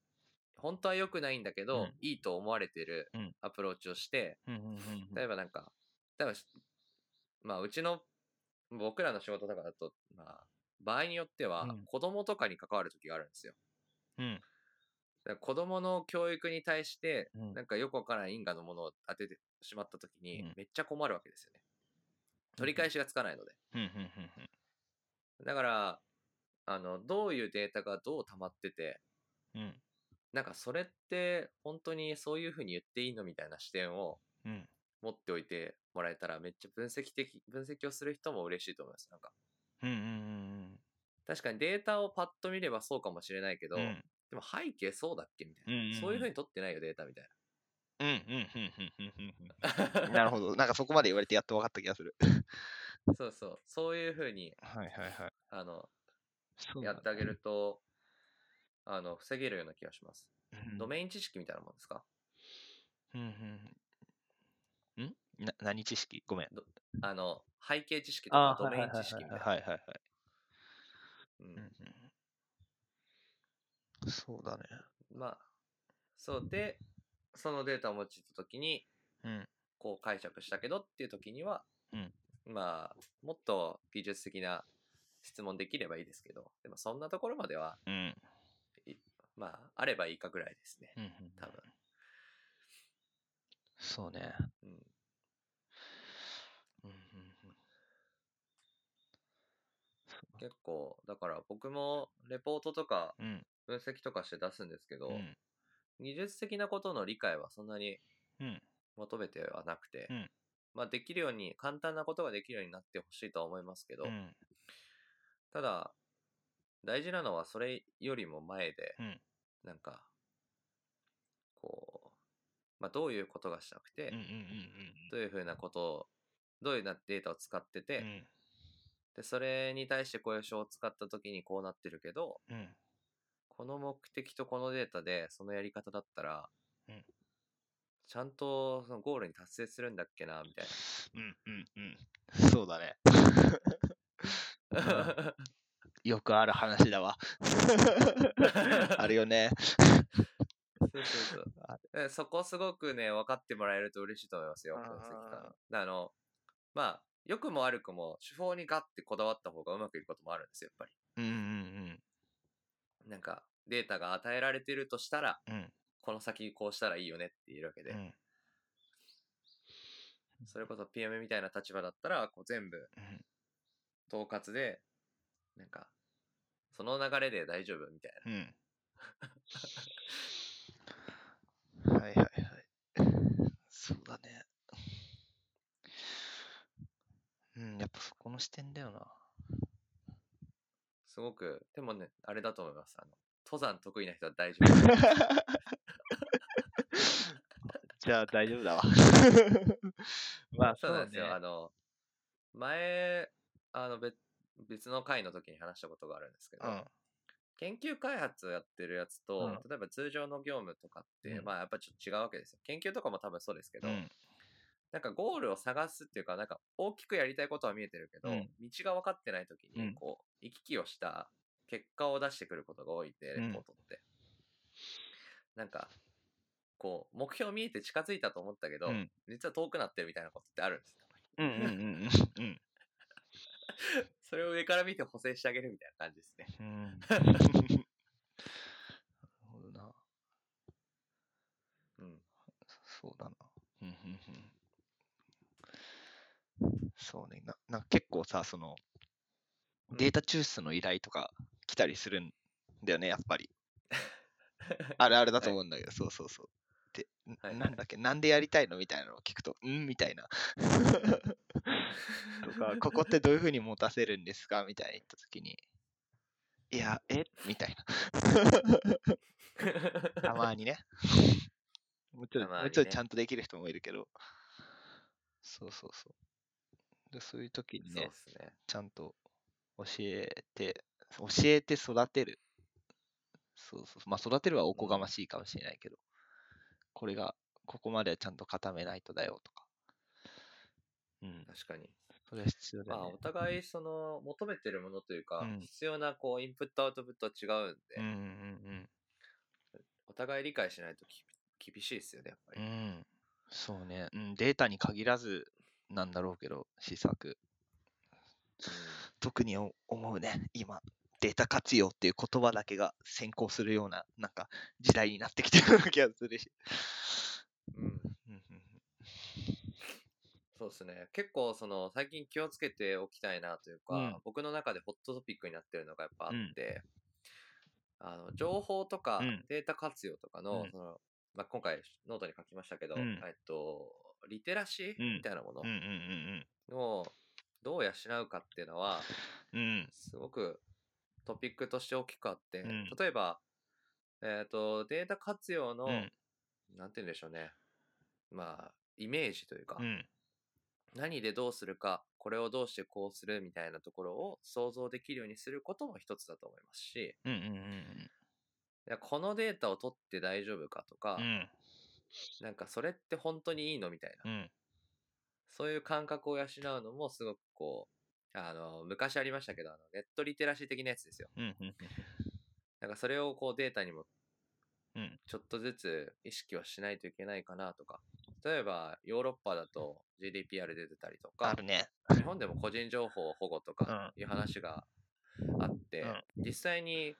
本当は良くないんだけど、うんいいと思われてるうんアプローチをして、うんうんうん例えばなんか例えばしまあうちの僕らの仕事とかだと、まあ、場合によってはうん子供とかに関わる時があるんですよ。うんだから子供の教育に対してうんなんかよくわからない因果のものを当ててしまった時にうんめっちゃ困るわけですよね。取り返しがつかないので。うんうんうんうんだから、あの、どういうデータがどう溜まってて、うんなんかそれって本当にそういうふうに言っていいのみたいな視点をうん持っておいてもらえたらめっちゃ分析的、分析をする人も嬉しいと思います。なんか、うんうん確かにデータをパッと見ればそうかもしれないけど、うんうんでも背景そうだっけみたいな。うんうんうんそういうふうに取ってないよ、データみたいうんうんうんうんうんうんうんな。 *laughs* なるほど。なんかそこまで言われてやっと分かった気がする。 *laughs* *laughs* そうそう。そういうふうに、はいはいはい。あの、そうやだってあげると、あの、防げるような気がします。うんドメイン知識みたいなもんですかうんうんんな何知識ごめん。あの、背景知識とかードメイン知識みたいな。はいはいはい。うんうんうんそうだね。まあ、そうで、そのデータを用いたときに、うん。こう解釈したけどっていうときには、うんまあ、もっと技術的な質問できればいいですけど、でもそんなところまでは、うん。まあ、あればいいかぐらいですね。うんうん多分。そうね。うん。うんうん結構、だから僕もレポートとかうん。うん分析とかして出すんですけど、うん技術的なことの理解はそんなにうん求めてはなくて、うんまあできるように、簡単なことができるようになってほしいとは思いますけど、うんただ、大事なのはそれよりも前で、うんなんか、こう、まあどういうことがしたくて、うんうんどういうふうなことを、どういうなデータを使ってて、うんうんで、それに対してこういう書を使った時にこうなってるけど、うんうんこの目的とこのデータでそのやり方だったら、うんちゃんとそのゴールに達成するんだっけな、みたいうんうんうんそうだね。 *laughs* な。よくある話だわ。あるよね。そうそう *laughs* そうあ。えそこすごくね、分かってもらえると嬉しいと思いますよ、あー分析官。あの、まあ、良くも悪くも、手法にガッてこだわった方がうまくいくこともあるんですよ、やっぱうんうんり。なんか、データが与えられてるとしたら、うんうんこの先こうしたらいいよねっていうわけで、うんそれこそ PM みたいな立場だったら、こう全部うん統括で、なんか、その流れで大丈夫みたいうん。はいはいはい。そうだね。うん、やっぱそこの視点だよな。な。すごく、でもね、あれだと思います。あの、登山得意な人は大丈夫。 *laughs* じゃあ大丈夫だわ。まあそうなんですよ。ねあの、前、あの、別、別の回の時に話したことがあるんですけど、うん研究開発をやってるやつと、うん例えば通常の業務とかって、うんまあやっぱちょっと違うわけですよ。研究とかも多分そうですけど、うんなんかゴールを探すっていうか、なんか大きくやりたいことは見えてるけど、うん道が分かってない時うに、んこう、行き来をした結果を出してくることが多いんで、レうんポートって。なんか、こう、目標見えて近づいたと思ったけど、うん実は遠くなってるみたいなことってあるんですよ。うんうんうんうんそれを上から見て補正してあげるみたいな感じですね。うん。うん。なるほどな。うん。そうだな。うんうんうんそうね。ななんか結構さ、その、うんデータ抽出の依頼とか来 *laughs* たりするんだよね、やっぱり。あるあるだと思うんだけど、そうそうそう。って、んはいはいなんだっけ、なんでやりたいのみたいなのを聞くと、んみた *laughs* いな。とか、ここってどういうふうに持たせるんですかみたいに言ったときに、いや、えみたいな。たまにね。もうちょい、たまにねもうちょいちゃんとできる人もいるけど。そうそうそう。でそういう時にそうねで、すね。ちゃんと教えて、教えて育てる。そうそうそう。まあ育てるはおこがましいかもしれないけど、これが、ここまではちゃんと固めないとだよとか。うん。確かに。それは必要だまあ、よおね。互い、その、求めてるものというか、うん必要な、こう、インプットアウトプットは違うんで、うんうんお互い理解しないとき厳しいですよね、やっぱうんうん。り。うん。そうね。うん。データに限らずなんだろうけど、施策。特にお思うね。今、データ活用っていう言葉だけが先行するような、なんか時代になってきてるような気がするし。うん。ううんんうんうんそうですね。結構、その、最近気をつけておきたいなというか、うん僕の中でホットトピックになってるのがやっぱあって、あの、情報とかうんデータ活用とかの、うんその、まあ、今回ノートに書きましたけど、うんえっと、リテラシうんーみたいなもうんうんのをどう養うかっていうのは、うんうん。うん。すごくトピックとして大きくあって、うん例えば、えっ、と、データ活用の、うんなんて言うんでしょうね。まあ、イメージというか、うん何でどうするか、これをどうしてこうするみたいなところを想像できるようにすることも一つだと思いますし、うんうんいやこのデータを取って大丈夫かとか、うんなんかそれって本当にいいのみたいな、うんそういう感覚を養うのもすごくこう、あの、昔ありましたけど、あのネットリテラシー的なやつですよ。うんうんなんかそれをこうデータにもうんちょっとずつ意識はしないといけないかなとか、例えばヨーロッパだと GDPR 出てたりとあかる、ね。日本でも個人情報保護とかいう話があって、実際に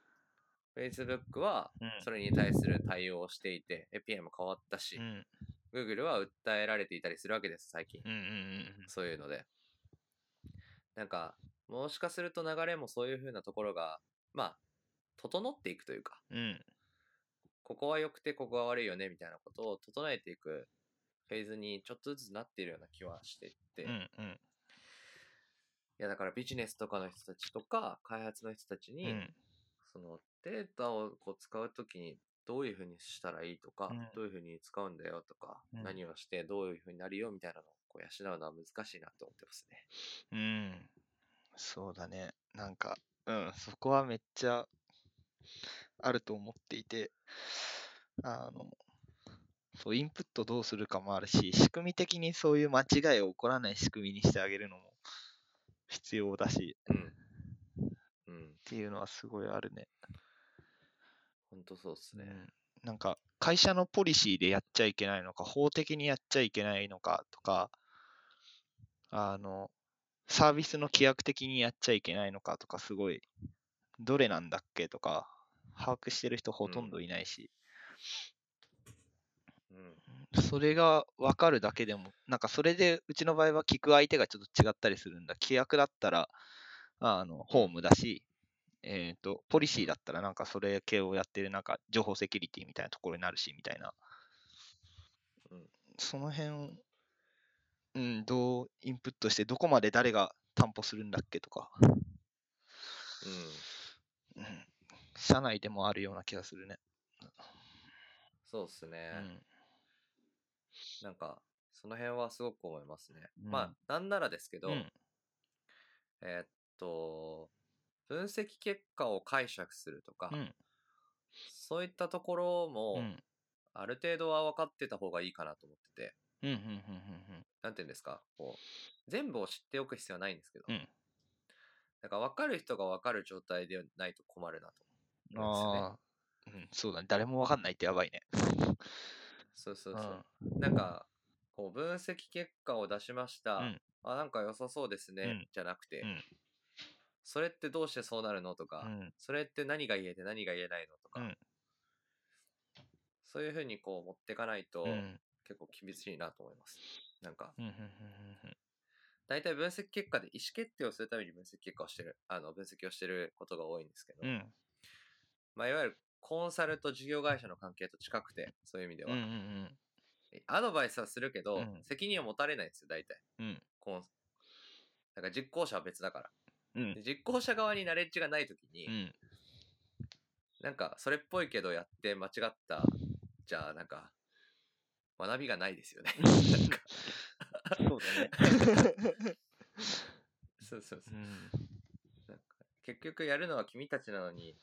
Facebook はうんそれに対する対応をしていて、API も変わったしう、ん Google は訴えられていたりするわけです、最近。うんうんそういうので。なんか、もしかすると流れもそういう風なところが、まあ、整っていくというか、うんうんここは良くてここは悪いよねみたいなことを整えていくフェーズにちょっとずつなっているような気はしていて、うんうんいやだからビジネスとかの人たちとか開発の人たちうんに、そのデータをこう使う時にどういうふうにしたらいいとか、うんどういうふうに使うんだよとか、うん何をしてどういうふうになるよみたいなのをこう養うのは難しいなと思ってますね。うんそうだね。なんか、うん、そこはめっちゃあると思っていて、あの、そう、インプットどうするかもあるし、仕組み的にそういう間違いを起こらない仕組みにしてあげるのも必要だし、うん。うん。っていうのはすごいあるね。本当そうですね。うん、なんか会社のポリシーでやっちゃいけないのか法的にやっちゃいけないのかとかあのサービスの規約的にやっちゃいけないのかとかすごいどれなんだっけとか把握してる人ほとんどいないし、うん。それが分かるだけでもなんかそれでうちの場合は聞く相手がちょっと違ったりするんだ規約だったらあのホームだしえっ、とポリシーだったらなんかそれ系をやってるなんか情報セキュリティみたいなところになるしみたいなその辺を、うん、どうインプットして、どこまで誰が担保するんだっけとか、ううん。ん、社内でもあるような気がするね。そうですねう。ん、なんか、その辺はすごく思いますね。うんまあ、なんならですけど、うんえーっと、分析結果を解釈するとか、うんそういったところうも、んある程度は分かってた方がいいかなと思ってて、うんうんうんなんていうんですか、こう、全部を知っておく必要はないんですけど、うんなんか分かる人が分かる状態でないと困るなとうんうん思うんですよね。あーうん、そうだね。誰もわかんないってやばいね。そうそううんそう。なんか、こう、分析結果を出しました。うんあ、なんか良さそうですね。うんじゃなくて、うんそれってどうしてそうなるのとか、うんそれって何が言えて何が言えないのとか、うんそういうふうにこう持ってかないと、うんうん結構厳しいなと思います。なんか、うんうん大体分析結果で意思決定をするために分析結果をしてる、あの、分析をしてることが多いんですけど、うんうんまあ、いわゆるコンサルと事業会社の関係と近くて、そういう意味でうんはう。んアドバイスはするけど、うん責任を持たれないんですよ、大体。うん。うん。コンだから実行者は別だから。うんで。実行者側にナレッジがないときに、うん。 *laughs* なんか、それっぽいけどやって間違った、じゃあ、なんか、学びがないですよね。 *laughs* なんかそうだね。そうそうそうう。ん。なんか結局やるのは君たちなのに、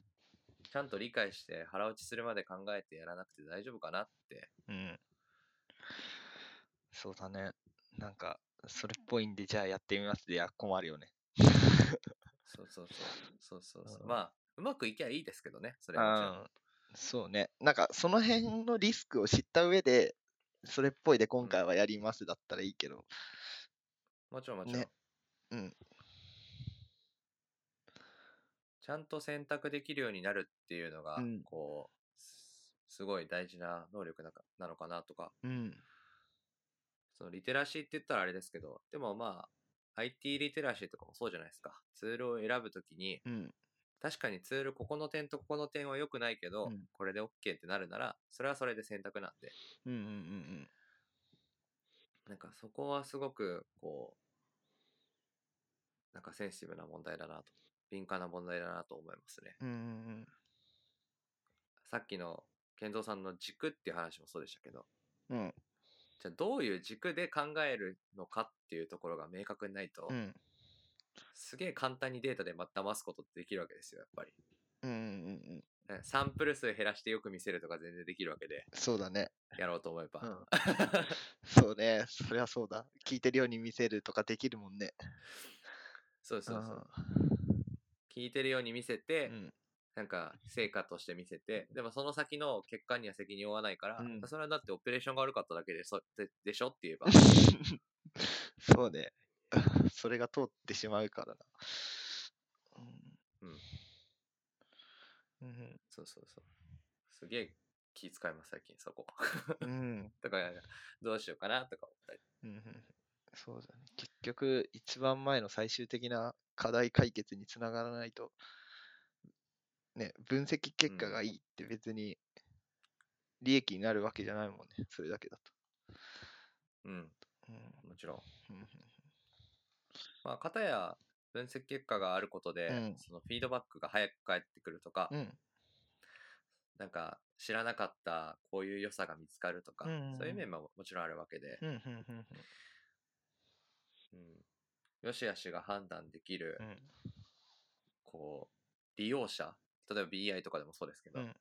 ちゃんと理解して腹落ちするまで考えてやらなくて大丈夫かなって。うん。そうだね。なんか、それっぽいんで、じゃあやってみますで、いや、困るよね。そうそうそう。そうそうそうう。んまあ、うまくいきゃいいですけどね、それうはもちろんん。そうね。なんか、その辺のリスクを知った上で、それっぽいで今回はやりますだったらいいけど。もちろんもちろん。ねうんちゃんと選択できるようになるっていうのが、うんこう、すすごい大事な能力なかなのかなとか、うん。そのリテラシーって言ったらあれですけど、でもまあ、IT リテラシーとかもそうじゃないですか。ツールを選ぶときに、うん。確かにツールここの点とここの点は良くないけど、うんこれで OK ってなるなら、それはそれで選択なんで、うんうんうんなんかそこはすごくこうなんかセンシティブな問題だなと敏感な問題だなと思いますねうん。うんうんさっきの健三さんの軸っていう話もそうでしたけどうん。うん。じゃあどういう軸で考えるのかっていうところが明確にないと、うん。すげえ簡単にデータでま騙すことってできるわけですよやっぱりうんうんうん。ねサンプル数減らしてよく見せるとか全然できるわけでそうだね。やろうと思えば、うん。そうね。そりゃそうだ。聞いてるように見せるとかできるもんね。そうそうそう聞いてるように見せうて、ん。なんか成果として見せて、でもその先の結果には責任を負わないから、うん、それはだってオペレーションが悪かっただけでそででしょって言えば *laughs* *laughs* そうね。それが通ってしまうからな。うん。そうそうそう。すげえ気遣います最近そこ。 *laughs* うん。うん。だからどうしようかなとか思ったり。うん。そうだね。結局、一番前の最終的な課題解決につながらないと、ね、分析結果がいいって別に利益になるわけじゃないもんね。それだけだと。うん、うん。もちろん。うんまあ、片や分析結果があることで、うんそのフィードバックが早く返ってくるとか、うん。なんか知らなかったこういう良さが見つかるとか、うんうんうんそういう面ももちろんあるわけで、うん。うん。うん。うん、よしあしが判断できる、うん。こう、利用者、例えば BI とかでもそうですけど、うん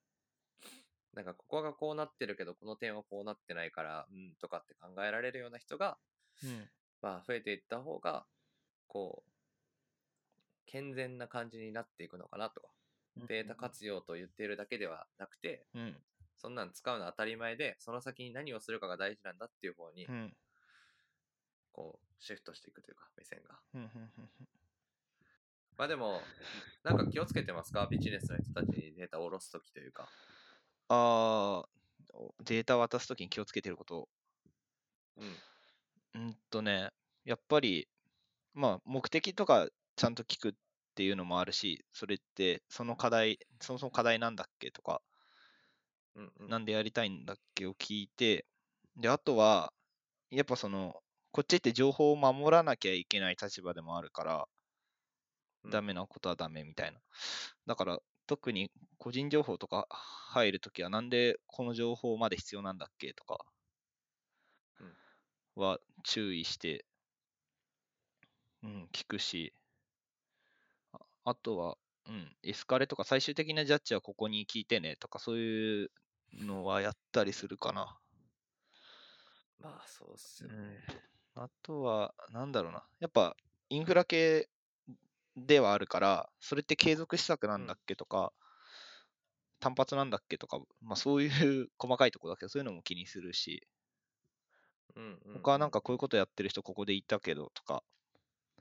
なんかここがこうなってるけど、この点はこうなってないから、うんとかって考えられるような人が、うん。まあ増えていった方が、こう、健全な感じになっていくのかなとか。データ活用と言っているだけではなくて、うん。そんなん使うのは当たり前で、その先に何をするかが大事なんだっていう方にう、ん。こう、シフトしていくというか、目線が。うん。まあでも、なんか気をつけてますかビジネスの人たちにデータを下ろすときというか。ああ、おデータ渡すときに気をつけてること。うん。うんとね、やっぱり、まあ、目的とかちゃんと聞くっていうのもあるし、それって、その課題、そもそも課題なんだっけとか、うんうん、なんでやりたいんだっけを聞いて、で、あとは、やっぱその、こっちって情報を守らなきゃいけない立場でもあるから、うんダメなことはダメみたいな。だから、特に個人情報とか入るときは、なんでこの情報まで必要なんだっけとかうんは注意して、うん、聞くし、ああとは、うん、エスカレとか最終的なジャッジはここに聞いてねとか、そういうのはやったりするかな。まあそうっすうよね。ん、あとは、なんだろうな。やっぱ、インフラ系ではあるから、それって継続施策なんだっけとか、単発なんだっけとか、まあそういう細かいところだけど、そういうのも気にするし、うんうんうん他はなんかこういうことやってる人ここでいたけどとか、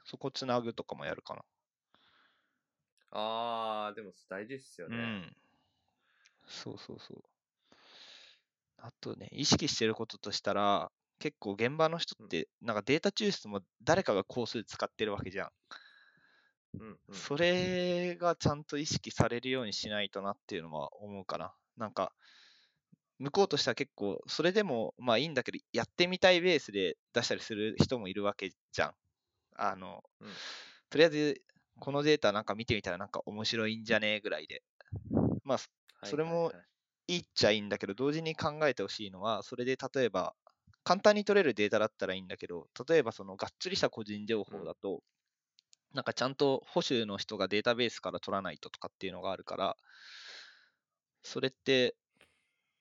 そこつなぐとかもやるかな。ああ、でも大事っすようね。ん。そうそうそう。あとね、意識してることとしたら、結構現場の人って、なんかデータ抽出も誰かが工数使ってるわけじゃん。うんうんそれがちゃんと意識されるようにしないとなっていうのは思うかな。なんか、向こうとしては結構、それでもまあいいんだけど、やってみたいベースで出したりする人もいるわけじゃん。あの、うんとりあえず、このデータなんか見てみたらなんか面白いんじゃねえぐらいで。まあ、それもはいはいいっちゃいいんだけど、同時に考えてほしいのは、それで例えば、簡単に取れるデータだったらいいんだけど、例えばそのがっつりした個人情報だと、なんかちゃんと保守の人がデータベースから取らないととかっていうのがあるから、それって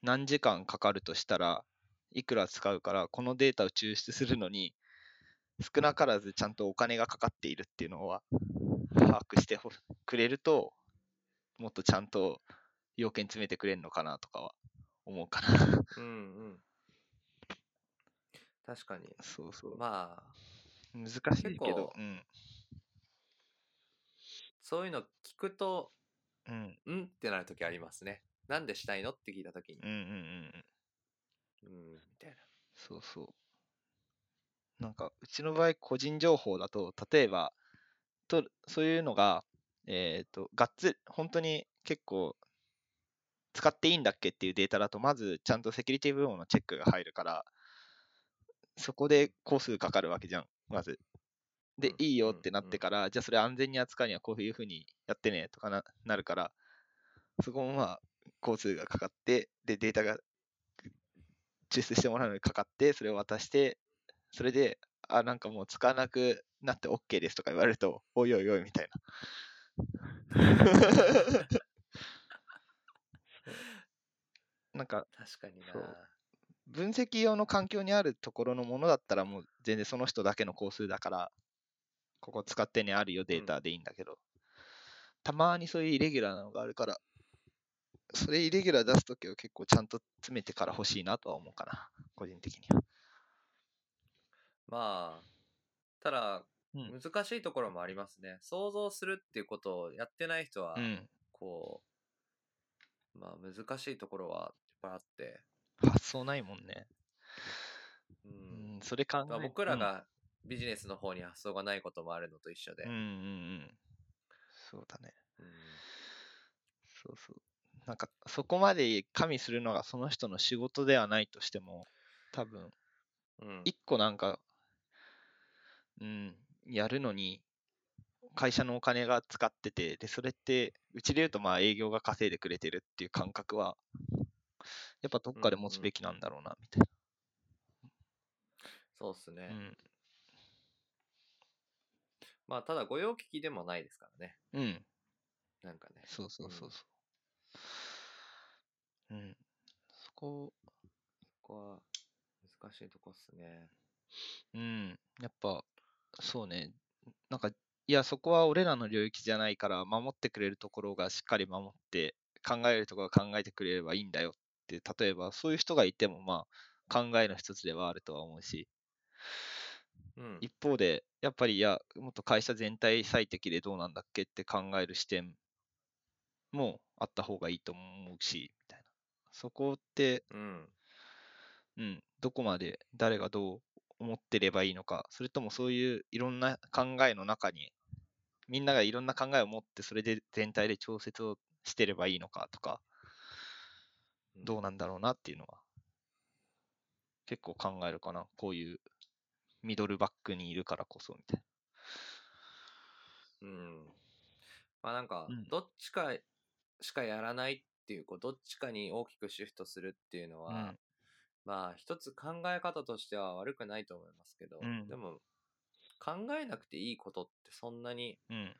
何時間かかるとしたらいくら使うから、このデータを抽出するのに、少なからずちゃんとお金がかかっているっていうのは把握してほくれると、もっとちゃんと要件詰めてくれるのかなとかは思うかな。はいうんうん。確かに。 *laughs* そうそう。まあ、難しいけど構。うん。そういうの聞くと、うん。うんってなるときありますね。なんでしたいのって聞いたときにうんう。んうんうん。うん、みたいな。そうそう。なんか、うちの場合、個人情報だと、例えば、とそういうのが、えっ、と、がっつ、本当に結構、使っていいんだっけっていうデータだと、まずちゃんとセキュリティ部門のチェックが入るから、そこで個数かかるわけじゃん、まず。でうん、いいようんってなっうんてから、じゃあそれ安全に扱うにはこういうふうにやってねとかななるから、そこもまあ、個数がかかって、で、データが抽出してもらうのにかかって、それを渡して、それで、あ、なんかもう使わなくなって OK ですとか言われると、おいおいおいみたいな。 *laughs* なんか、確かにな。そう分析用の環境にあるところのものだったらもう全然その人だけの工数だからここ使ってねあるよデータでいいんだけど、たまにそういうイレギュラーなのがあるからそれイレギュラー出すときは結構ちゃんと詰めてから欲しいなとは思うかな個人的にはまあ、ただ、うん難しいところもありますね。想像するっていうことをやってない人は、うんこう、まあ難しいところは、いっぱいあって。発想ないもんね、ううんん、それ考えまあ、僕らがビジネスの方に発想がないこともあるのと一緒で。うんうんうんうんそうだねうんそうそう。なんか、そこまで加味するのがその人の仕事ではないとしても、多分、うん一個なんか、うん、やるのに、会社のお金が使ってて、で、それって、うちで言うと、まあ、営業が稼いでくれてるっていう感覚は、やっぱどっかで持つべきなんだろうな、みたいそうっすね。な。うん。まあ、ただ、御用聞きでもないですからね。うん。なんかね。そうそうそうそう。うん。そこ、ここは、難しいとこっすね。うん、やっぱ、そうね。なんか、いや、そこは俺らの領域じゃないから、守ってくれるところがしっかり守って、考えるところが考えてくれればいいんだよって、例えば、そういう人がいても、まあ、考えの一つではあるとは思うし、うん。一方で、やっぱり、いや、もっと会社全体最適でどうなんだっけって考える視点もあった方がいいと思うし、みたいな。そこって、うん。うん、どこまで誰がどう思ってればいいのか、それともそういういろんな考えの中に、みんながいろんな考えを持って、それで全体で調節をしてればいいのかとか、どうなんだろうなっていうのは、結構考えるかな。こういうミドルバックにいるからこそ、みたいうん。まあなんかうん、どっちかしかやらないっていう、こう、どっちかに大きくシフトするっていうのは、うんまあ一つ考え方としては悪くないと思いますけど、うんでも、考えなくていいことってそんなにな。うん。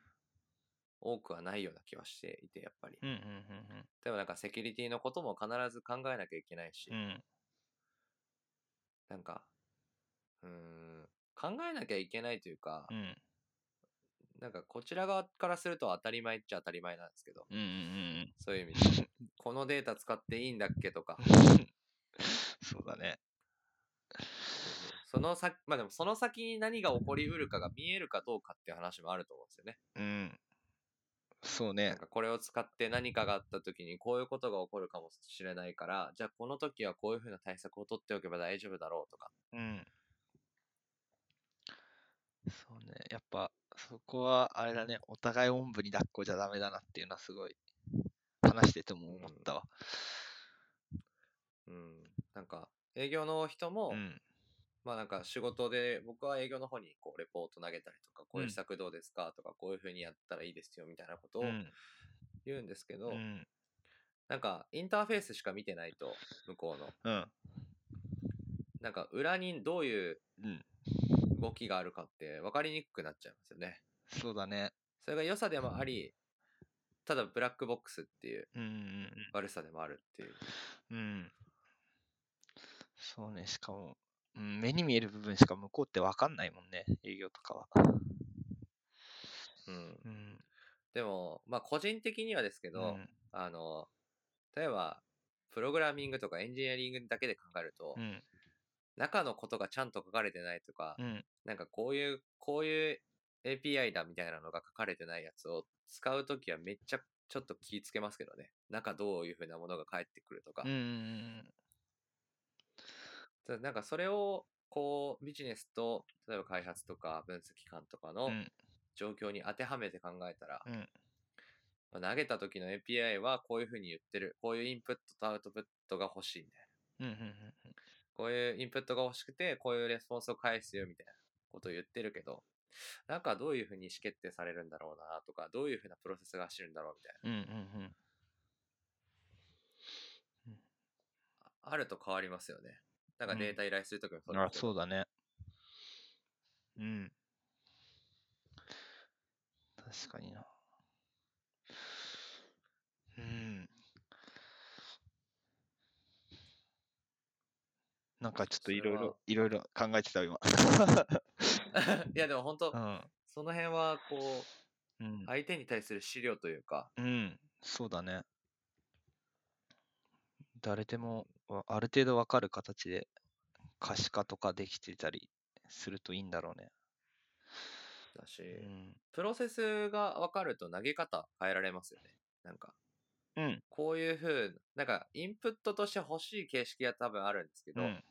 多くはないような気はしていて、やっぱり。うん、うん、でもなんかセキュリティのことも必ず考えなきゃいけないし、うん、うん。うんなんか、うーん、考えなきゃいけないというか、うん、なんかこちら側からすると当たり前っちゃ当たり前なんですけど、うん、 *laughs* うんそういう意味で。このデータ使っていいんだっけとか、うん。そうだね。その先、まあでもその先に何が起こりうるかが見えるかどうかっていう話もあると思うんですよね。うん。そうなんね。かこれを使って何かがあった時にこういうことが起こるかもしれないから、じゃあこの時はこういうふうな対策を取っておけば大丈夫だろうとか。うん。そうね。やっぱ、そこは、あれだね、お互いおんぶに抱っこじゃダメだなっていうのはすごい、話してても思ったわ。うん。なんか、営業の人も、うん。まあなんか仕事で、僕は営業の方にこうレポート投げたりとか、こういううん施策どうですかとか、こういうふうにやったらいいですよみたいなことをうん。言うんですけど、うん。なんかインターフェースしか見てないと、向こうの。うん。なんか裏にどういううん。動きがあるかって分かりにくくなっちゃいますよね。そうだね。それが良さでもあり、ただブラックボックスっていううん悪さでもあるっていう。うん。うん。うん。そうね、しかも、うん、目に見える部分しか向こうってわかんないもんね、営業とかは。うん。うん。でも、まあ個人的にはですけど、うんあの、例えば、プログラミングとかエンジニアリングだけで考えると、うん。中のことがちゃんと書かれてないとか、うん。なんかこういう、こういう API だみたいなのが書かれてないやつを使うときはめっちゃちょっと気ぃつけますけどね。中どういうふうなものが返ってくるとか。うんうんただなんかそれを、こう、ビジネスと、例えば開発とか分析官とかうのん。状況に当てはめて考えたらう、ん。まあ投げた時の API はこういうふうに言ってる。こういうインプットとアウトプットが欲しいんだよ。うん。うん。こういうインプットが欲しくて、こういうレスポンスを返すよみたいなことを言ってるけど、なんかどういうふうに意思決定されるんだろうなとか、どういうふうなプロセスが走るんだろうみたいうん。うん。うん。うんな、あると変わりますよね。なんかデータ依頼するときもそうあですけどそうだね。うん。確かにな。うん。なんかちょっといろいそれはろ、いろいろ考えてたわ今。 *laughs* いやでも本当、うん。その辺はこう、うん。相手に対する資料というか、うん。そうだね。誰でもわ、ある程度わかる形で可視化とかできてたりするといいんだろうね。だし、うん。プロセスが分かると投げ方変えられますよね。なんか、うん。こういうふう、なんかインプットとして欲しい形式が多分あるんですけど、うん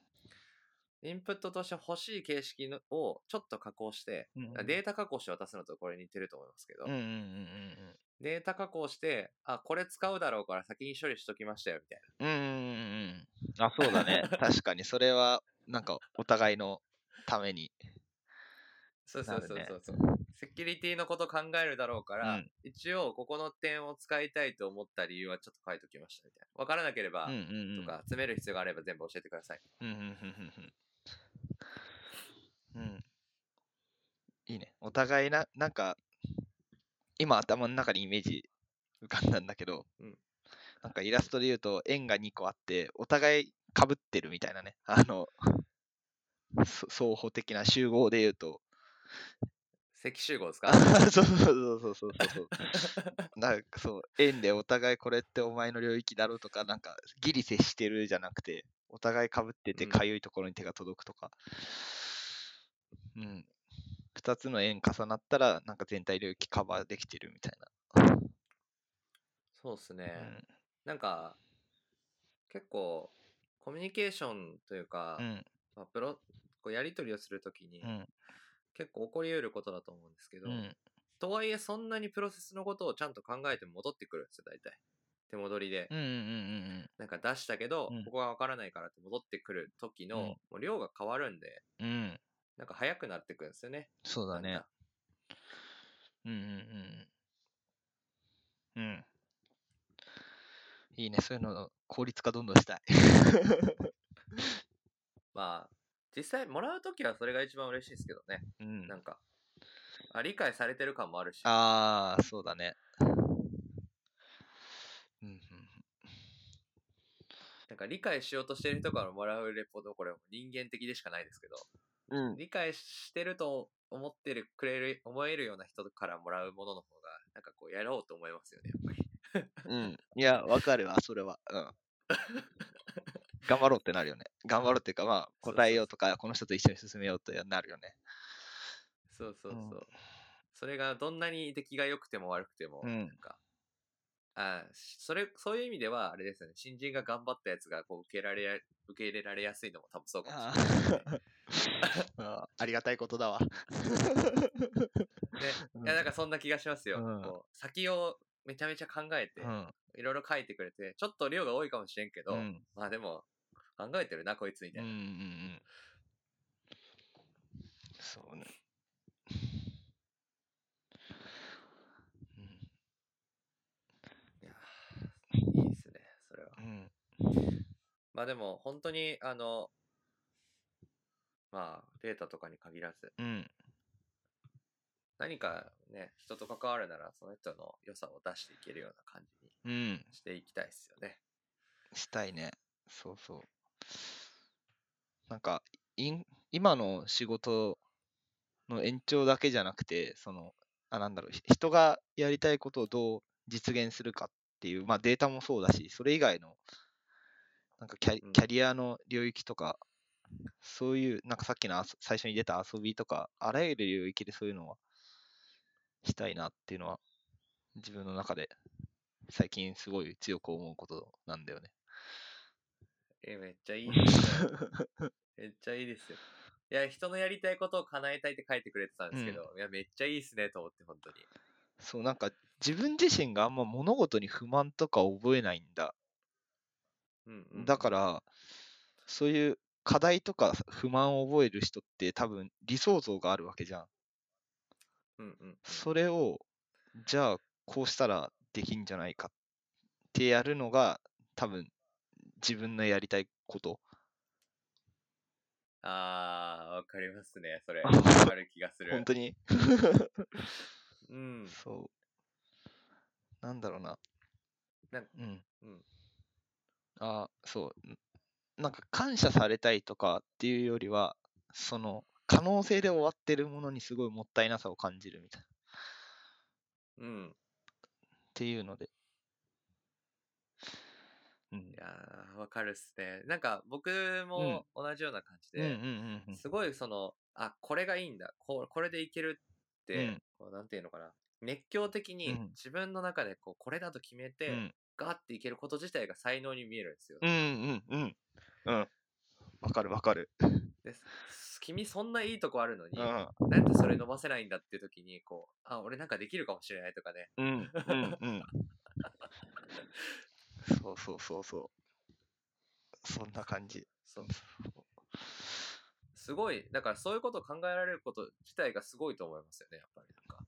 インプットとして欲しい形式のをちょっと加工して、うんうんうんデータ加工して渡すのとこれ似てると思いますけど、うんうんデータ加工して、あ、これ使うだろうから先に処理しときましたよ、みたいうんうんうん。うんうんうんうん。あ、そうだ *laughs* ね。確かに、それは、なんか、お互いのために。な。そうそうそうなるそねうそう、セキュリティのこと考えるだろうから、うん一応ここの点を使いたいと思った理由はちょっと書いときました、みたいな。わからなければ、うんうんうん。とか、詰める必要があれば全部教えてください。うんうんうんうんうん。うん。いいね。お互いな、なんか、今頭の中にイメージ浮かんだんだけど、うんなんかイラストで言うと、円が2個あって、お互い被ってるみたいなね。あの、そ双方的な集合で言うと、積集合ですか *laughs* そうそうそうそうそうそうそう。なんかそう、円でお互いこれってお前の領域だろとか、なんかギリ接してるじゃなくて、お互いかぶっててうんかゆいところに手が届くとか。うん。二つの円重なったら、なんか全体領域カバーできてるみたいそうですねな。。なんか、結構、コミュニケーションというか、うん。まあ、プロこうやり取りをするときに、うん。結構起こり得ることだと思うんですけど、うん。とはいえそんなにプロセスのことをちゃんと考えて戻ってくるんですよ大体手戻りで、うん。うん。うん。なんか出したけど、うんここが分からないからって戻ってくる時の、うんもう量が変わるんでうん。うん。なんか早くなってくるんですよねそうだだんねだん。うん。うん。うん。うん。いいね。そういうのの効率化どんどんしたい。まあ実際もらう時はそれが一番嬉しいですけどね *laughs* うんなんかあ理解されてる感もあるしああ、そうだね。うんうんなんか理解しようとしてる人からもらうレポートこれ人間的でしかないですけどうん。理解してると思ってるくれる思えるような人からもらうものの方がなんかこうやろうと思いますよねやっぱりうん。いや、わかるわ、それは。うん。頑張ろうってなるよね。頑張ろうっていうか、まあ、そうそう答えようとか、この人と一緒に進めようとなるよね。そうそうそう、うんそれがどんなに出来が良くても悪くても、うんなんかあそれそういう意味ではあれですよね新人が頑張ったやつがこう受けられや受け入れられやすいのも多分そうかもしれないですね、あーあありがたいことだわ。いや、なんかそんな気がしますよ。うんこう先をめちゃめちゃ考えてう、ん。いろいろ書いてくれて、ちょっと量が多いかもしれんけど、うんまあでも、考えてるな、こいつみたういんうんうな。ん。そうね。いいですね、それは。うんうん。まあでも、本当に、あの、まあ、データとかに限らず、うん。何かね、人と関わるなら、その人の良さを出していけるような感じにうん。していきたいですよね。したいね。そうそう。なんか、いん今の仕事の延長だけじゃなくて、その、あ、なんだろう、ひ人がやりたいことをどう実現するかっていう、まあデータもそうだし、それ以外の、なんかキャリうんキャリアの領域とか、そういう、なんかさっきのあそ最初に出た遊びとか、あらゆる領域でそういうのはしたいなっていうのは、自分の中で最近すごい強く思うことなんだよね。え、めっちゃいいです *laughs* よ。めっちゃいいですよ。いや、人のやりたいことを叶えたいって書いてくれてたんですけど、いや、めっちゃいいっすね、と思って、本当に。そう、なんか自分自身があんま物事に不満とか覚えないんだ。うん、うん。だから、そういう課題とか不満を覚える人って多分理想像があるわけじゃん。ら、うん、うん。それを、じゃあこうしたらできんじゃないかってやるのが多分自分のやりたいこと。あー、わかりますね、 *laughs* それ。わかる気がす本る。当に。うん。そう。なんだろうな。なんうん。うんあそう。んなんか感謝されたいとかっていうよりは、その、可能性で終わってるものにすごいもったいなさを感じるみたいな。っうん。ていうので。うんい。やー、わかるっすね。なんか、僕も同じような感じうんうんで、うんすごいその、あ、これがいいんだ、ここれでいけるっうてん、こうなんていうのかな。熱狂的にうん自分の中でこうこれだと決めて、うん。ガーっていけること自体が才能に見えるんですよ。うんうんうんうん。うん。わかるわかる。です君そんないいとこあるのに、うん。うなんでそれ伸ばせないんだっていう時にこうあ俺なんかできるかもしれないとかねんうん *laughs* うん。そうそうそうそう。そんな感じ。そうすごいだからそういうことを考えられること自体がすごいと思いますよねやっぱりなんか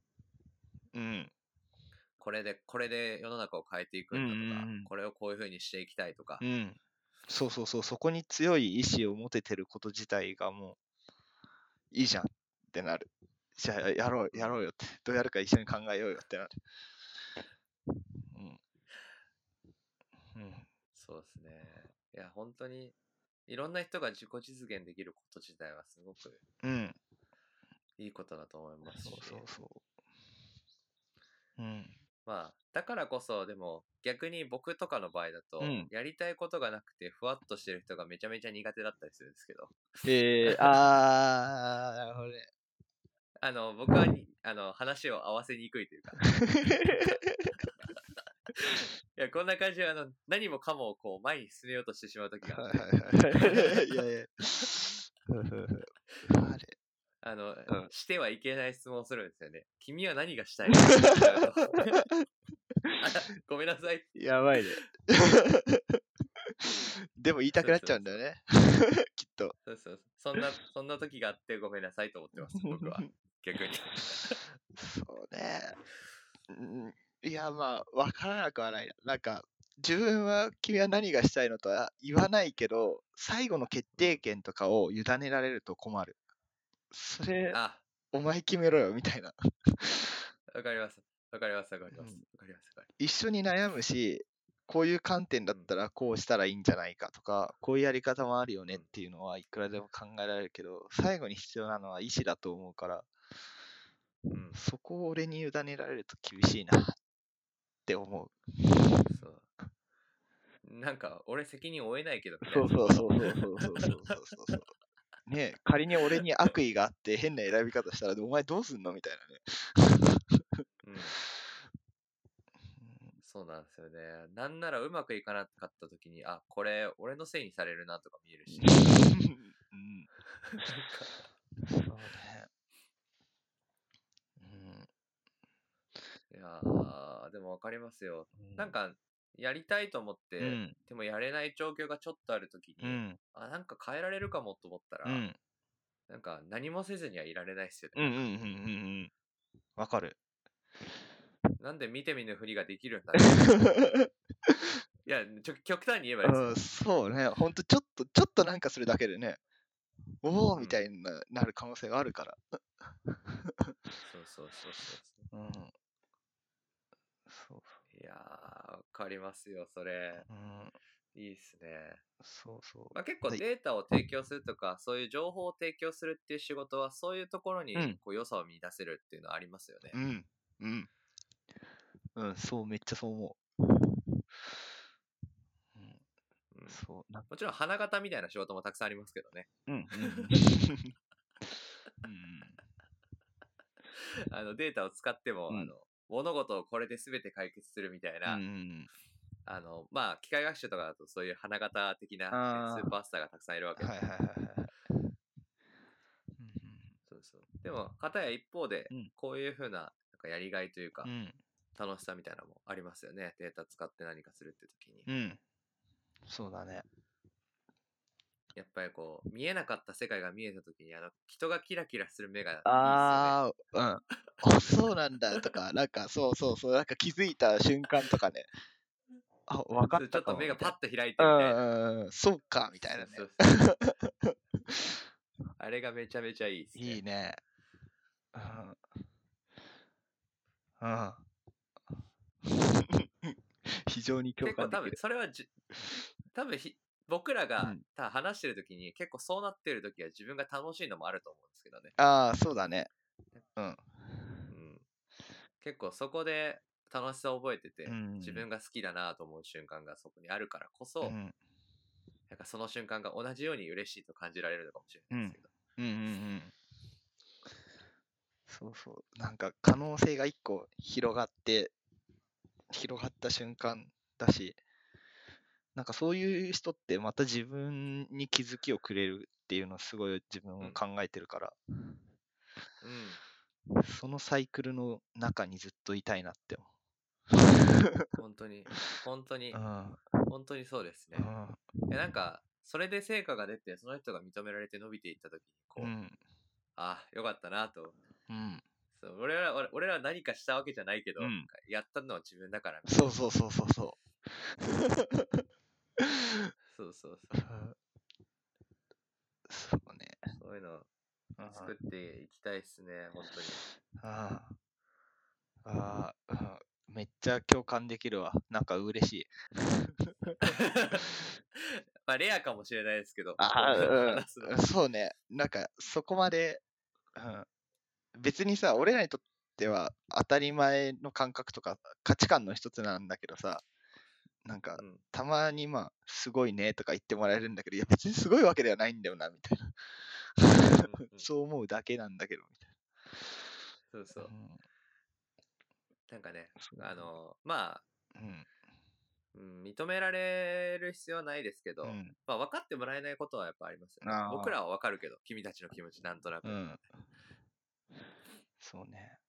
うん。これでこれで世の中を変えていくんだとか、うんうんうんこれをこういうふうにしていきたいとか、うん。そうそうそう、そこに強い意志を持ててること自体がもう、いいじゃんってなる。じゃあ、やろう、やろうよって。どうやるか一緒に考えようよってなる。うん。うん。そうですねいや本当にいろんな人が自己実現できること自体はすごくうん。いいことだと思いますしそうそうそう。うん。まあ、だからこそ、でも、逆に僕とかの場合だと、うんやりたいことがなくて、ふわっとしてる人がめちゃめちゃ苦手だったりするんですけど、えー、あー、なるほどね。あの、僕はに、あの、話を合わせにくいという *laughs* か、いや、こんな感じで、あの、何もかも、こう、前に進めようとしてしまう *laughs* 時は *laughs* いが、はいはい。いやいや。 *laughs* あれ。あの、うんしてはいけない質問をするんですよね。君は何がしたい *laughs* のって言っちゃうと *laughs* あごめんなさい。やばいね。 *laughs* でも言いたくなっちゃうんだよね。 *laughs* きっと。そうそうそう。そんな、そんな時があって、ごめんなさいと思ってます、僕は。 *laughs* 逆に。そうね。うんいや、まあ、わからなくはないな。なんか、自分は君は何がしたいのとは言わないけど、最後の決定権とかを委ねられると困る。それ、あ、お前決めろよ、みたいな。わかります。わかります。わかります。わかります。わかり一緒に悩むし、こういう観点だったらこうしたらいいんじゃないかとか、こういうやり方もあるよねっていうのはいくらでも考えられるけど、最後に必要なのは意思だと思うから、ます。そこを俺に委ねられると厳しいなって思う。うん。そう。なんか、俺責任負えないけど、みたいな。そうそうそうそうそうそうそうそう。 *laughs* ねえ仮に俺に悪意があって変な選び方したら、お前どうすんのみたい *laughs* なね。うん。そうなんですよね。なんならうまくいかなかった時に、あ、これ、俺のせいにされるなとか見えるし。うんそうね。いやー、でもわかりますよ。うん。なん、か、やりたいと思って、うん。でもやれない状況がちょっとあるときに、うん。あ、なんか変えられるかもと思ったら、うん。なんか何もせずにはいられないっすようん。うん。うね。ん。うんうん。わか *laughs* る。なんで見て見ぬふりができるようになる *laughs* いや、ちょ極端に言えばですようん、そうね。ほんと、ちょっと、ちょっとなんかするだけでね、おおうんみたいにななる可能性があるから。そうそうそうそううん。そう。そう。いやー、わかりますよ、それ。うん。いいっすね。そうそう。まあ、結構はいデータを提供するとか、そういう情報を提供するっていう仕事は、そういうところにうんこう良さを見出せるっていうのはありますよね。うん。うん。うん、そう、めっちゃそう思う。うん、うんそう、なんもちろん花形みたいな仕事もたくさんありますけどね。うん。 *laughs* うん。うんあのデータを使っても、うんあの物事をこれで全て解決するみたいな、うんうんあのまあ、機械学習とかだとそういう花形的なあーねスーパースターがたくさんいるわうけん。ではいはいはいはい。うんそうそうでも、片や一方でうん、こういうふうななんかやりがいというか、うん。うん楽しさみたいなのもありますよね。データ使って何かするって時に。うん。そうだね。やっぱりこう、見えなかった世界が見えた時に、あの、人がキラキラする目がいいですよね。ああ、うん。あ、 *laughs* そうなんだとか、なんか、そうそうそう、なんか気づいた瞬間とかね。あ、わかっそうたちょっかとも目がパッと開いてみうたいんな。うんうんうん、そうか、みたいなね。そうそうそうあれがめちゃめちゃいいですね。いいね。うん。 *laughs* うん。 *laughs* 非常に共結感構で多き分る。それはじ多分ひ僕らうがんた話してる時に結構そうなってる時は自分が楽しいのもあると思うんですけどね、ああ、そうだね。うん、結構そこで楽しさを覚えてて、うん自分が好きだなと思う瞬間がそこにあるからこうそ、ん。なんかその瞬間が同じように嬉しいと感じられるのかもしれないですけど、うんうんうん。そうそう。なんか可能性が一個広がって、広がった瞬間だし、なんかそういう人ってまた自分に気づきをくれるっていうのをすごい自分うはん考えてるから、うんそのサイクルの中にずっといたいなって思う。本当に本当にうん本当にそうですねう、んえなんかそれで成果が出てその人が認められて伸びていった時にこうう、んあよかったなとうんそう俺ら俺俺ら何かしたわけじゃないけど、うんやったのは自分だからみたいなそうそうそうそうそそうそうう。うんそうね。そうそういうのうん作っていきたいっすね本当にああ、ああ、うんめっちゃ共感できるわ。なんか嬉しい。 *laughs* まあレアかもしれないですけどあこういうのあ話すの、うん、そうね。なんかそこまで、うん、別にさ、俺らにとっては当たり前の感覚とか価値観の一つなんだけどさ、なんかうんたまにまあ、すごいねとか言ってもらえるんだけど、いや別にすごいわけではないんだよな、みたいな。うんうん *laughs* そう思うだけなんだけど、みたいそうそな。うなんかねそうあのまあ、うんうん、認められる必要はないですけど、うんまあ、分かってもらえないことはやっぱありますよねあー僕らは分かるけど君たちの気持ちなんとなく、うんそうね。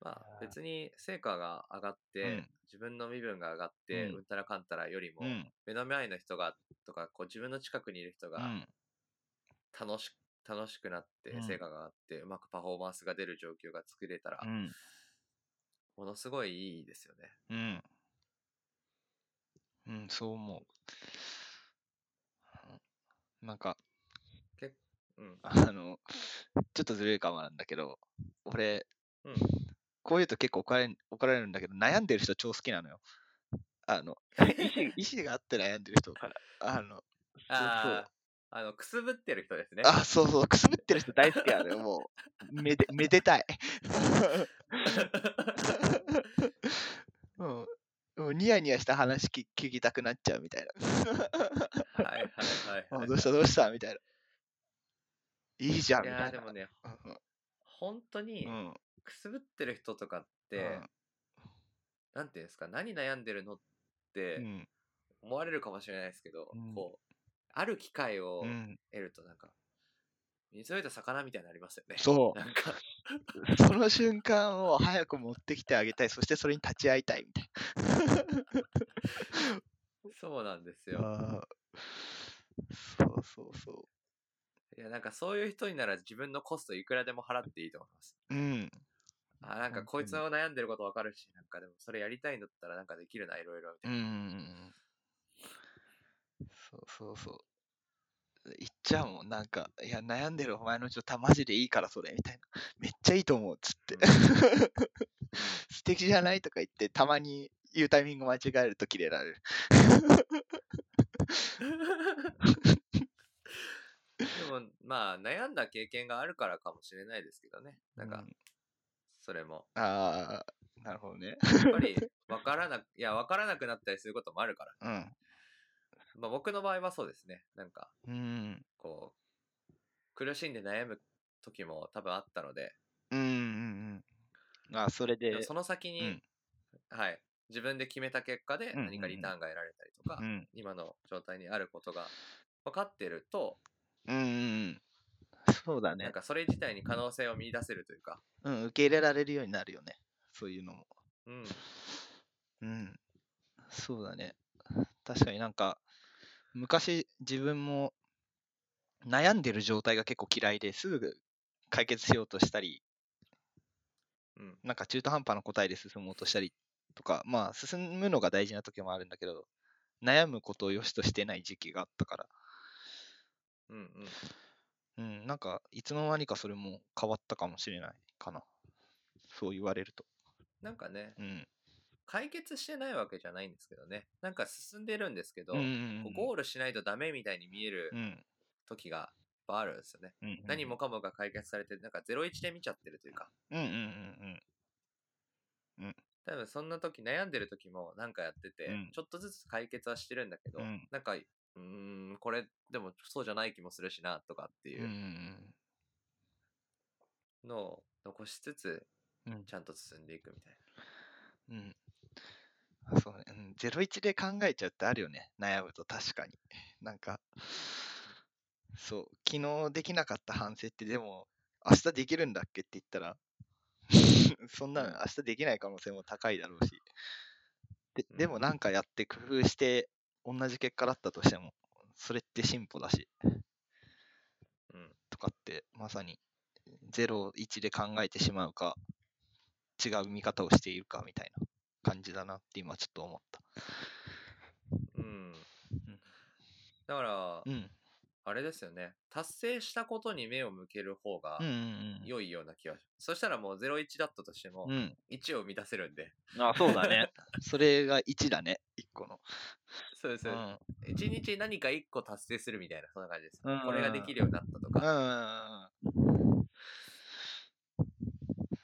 まああー別に成果が上がって、うん自分の身分が上がって、ううんんたらかんたらよりも、うん。目の前の人がとかこう自分の近くにいる人うがん。楽し,、楽しくなってうん成果が上がって、うまくパフォーマンスが出る状況が作れたら、うん。ものすごいいいですよね。うん。うん、そう思う。なんか、うん。あの、ちょっとずるいかもなんだけど、俺、うん、こういうと結構怒られん怒られるんだけど、悩んでる人超好きなのよ。あ *laughs* の、 *laughs* 意思があって悩んでる人から、あの、ああ、あの、くすぶってる人ですね。 *laughs* あ、そうそう、くすぶってる人大好きなのよ、もう。めで、めでたい。 *laughs* うん。もうニヤニヤした話聞聞きたくなっちゃうみたいはいはいはい、な。はあい。ど *laughs* うしたどうしたみたいな。いいじゃんいみやたーいでなも。ね、うん本当にうんくすぶってる人とかっうて、んなんていうんですか、何悩んでるのってうん思われるかもしれないですけど、うんこう、ある機会をうん。得るとなんか、水を得た魚みたいになりますよね。そう。なんか、その瞬間を早く持ってきてあげたい、そしてそれに立ち会いたいみたいそうなんですな。よ。あーそうそうそいや、なんかそういう人になら自分のコストいくらでも払っていいと思います。う。うん。あ、なんかこいつの悩んでることわかるし、なんかでもそれやりたいんだったらなんかできるな、いろいろみうたいんうな。んうん。そうそうそう。言っちゃうもん、なんか、いや、悩んでるお前のちょっとマジでいいからそれ、みたいな。めっちゃいいと思う、っつって。 *laughs* 素敵じゃないとか言って、たまに言うタイミング間違えるとキレられる。でも、まあ、悩んだ経験があるからかもしれないですけどね。なんうか、それも。ああ、なるほどね。やっぱり、わからなく、いや、わからなくなったりすることもあるから。うん。まあ、僕の場合はそうですね。なんか、うん。こう、苦しんで悩む時も多分あったので、うんうんうん。あ、それででも、その先に、うんはい、自分で決めた結果でうん何かリターンが得られたりとか、うん。今の状態にあることが分かってると、うんうんうん。そうだなんね。かそれ自体に可能性を見出せるというか、うん、受け入れられるようになるよね。そういうのも。うん、うん。そうだね。確かになんか、昔自分も悩んでる状態が結構嫌いですぐ解決しようとしたり、うん、なんか中途半端な答えで進もうとしたりとか、まあ進むのが大事な時もあるんだけど、悩むことを良しとしてない時期があったから、うん、ううん。ん、なんかいつの間にかそれも変わったかもしれないかな。そう言われると。なんかね、うん。解決してないわけじゃないんですけどね。なんか進んでるんですけど、うんうんこううんゴールしないとダメみたいに見えるうん時がやっぱあるんですよね。うんうん何もかもが解決されて、なんか01で見ちゃってるというか、うんうんうん多分そんな時悩んでる時もなんかやってて、うんちょっとずつ解決はしてるんだけど、うんなんか、うーん、これでもそうじゃない気もするしな、とかってういんうんうのを残しつつ、うんうんちゃんと進んでいくみたいうんあそうね、うん、01で考えちゃうってあるよね悩むと確かになんかそう昨日できなかった反省ってでも明日できるんだっけって言ったら *laughs* そんなの明日できない可能性も高いだろうしででうもんなんかやって工夫して同じ結果だったとしてもそれって進歩だしな。うん。とかってまさに01で考えてしまうか違う見方をしているかみたいな感じだなって今ちょっと思った。うん。だから、うん。あれですよね。達成したことに目を向ける方がうん良いような気がします。そしたらもう01だったとしてもうん、うん。 1を満たせるんで。あ、そうだね。 *laughs* それが1だね、1個の。そうです。う。そうんです1日何か1個達成するみたいな、そんな感じです。うんこれができるようになったとうか。ん。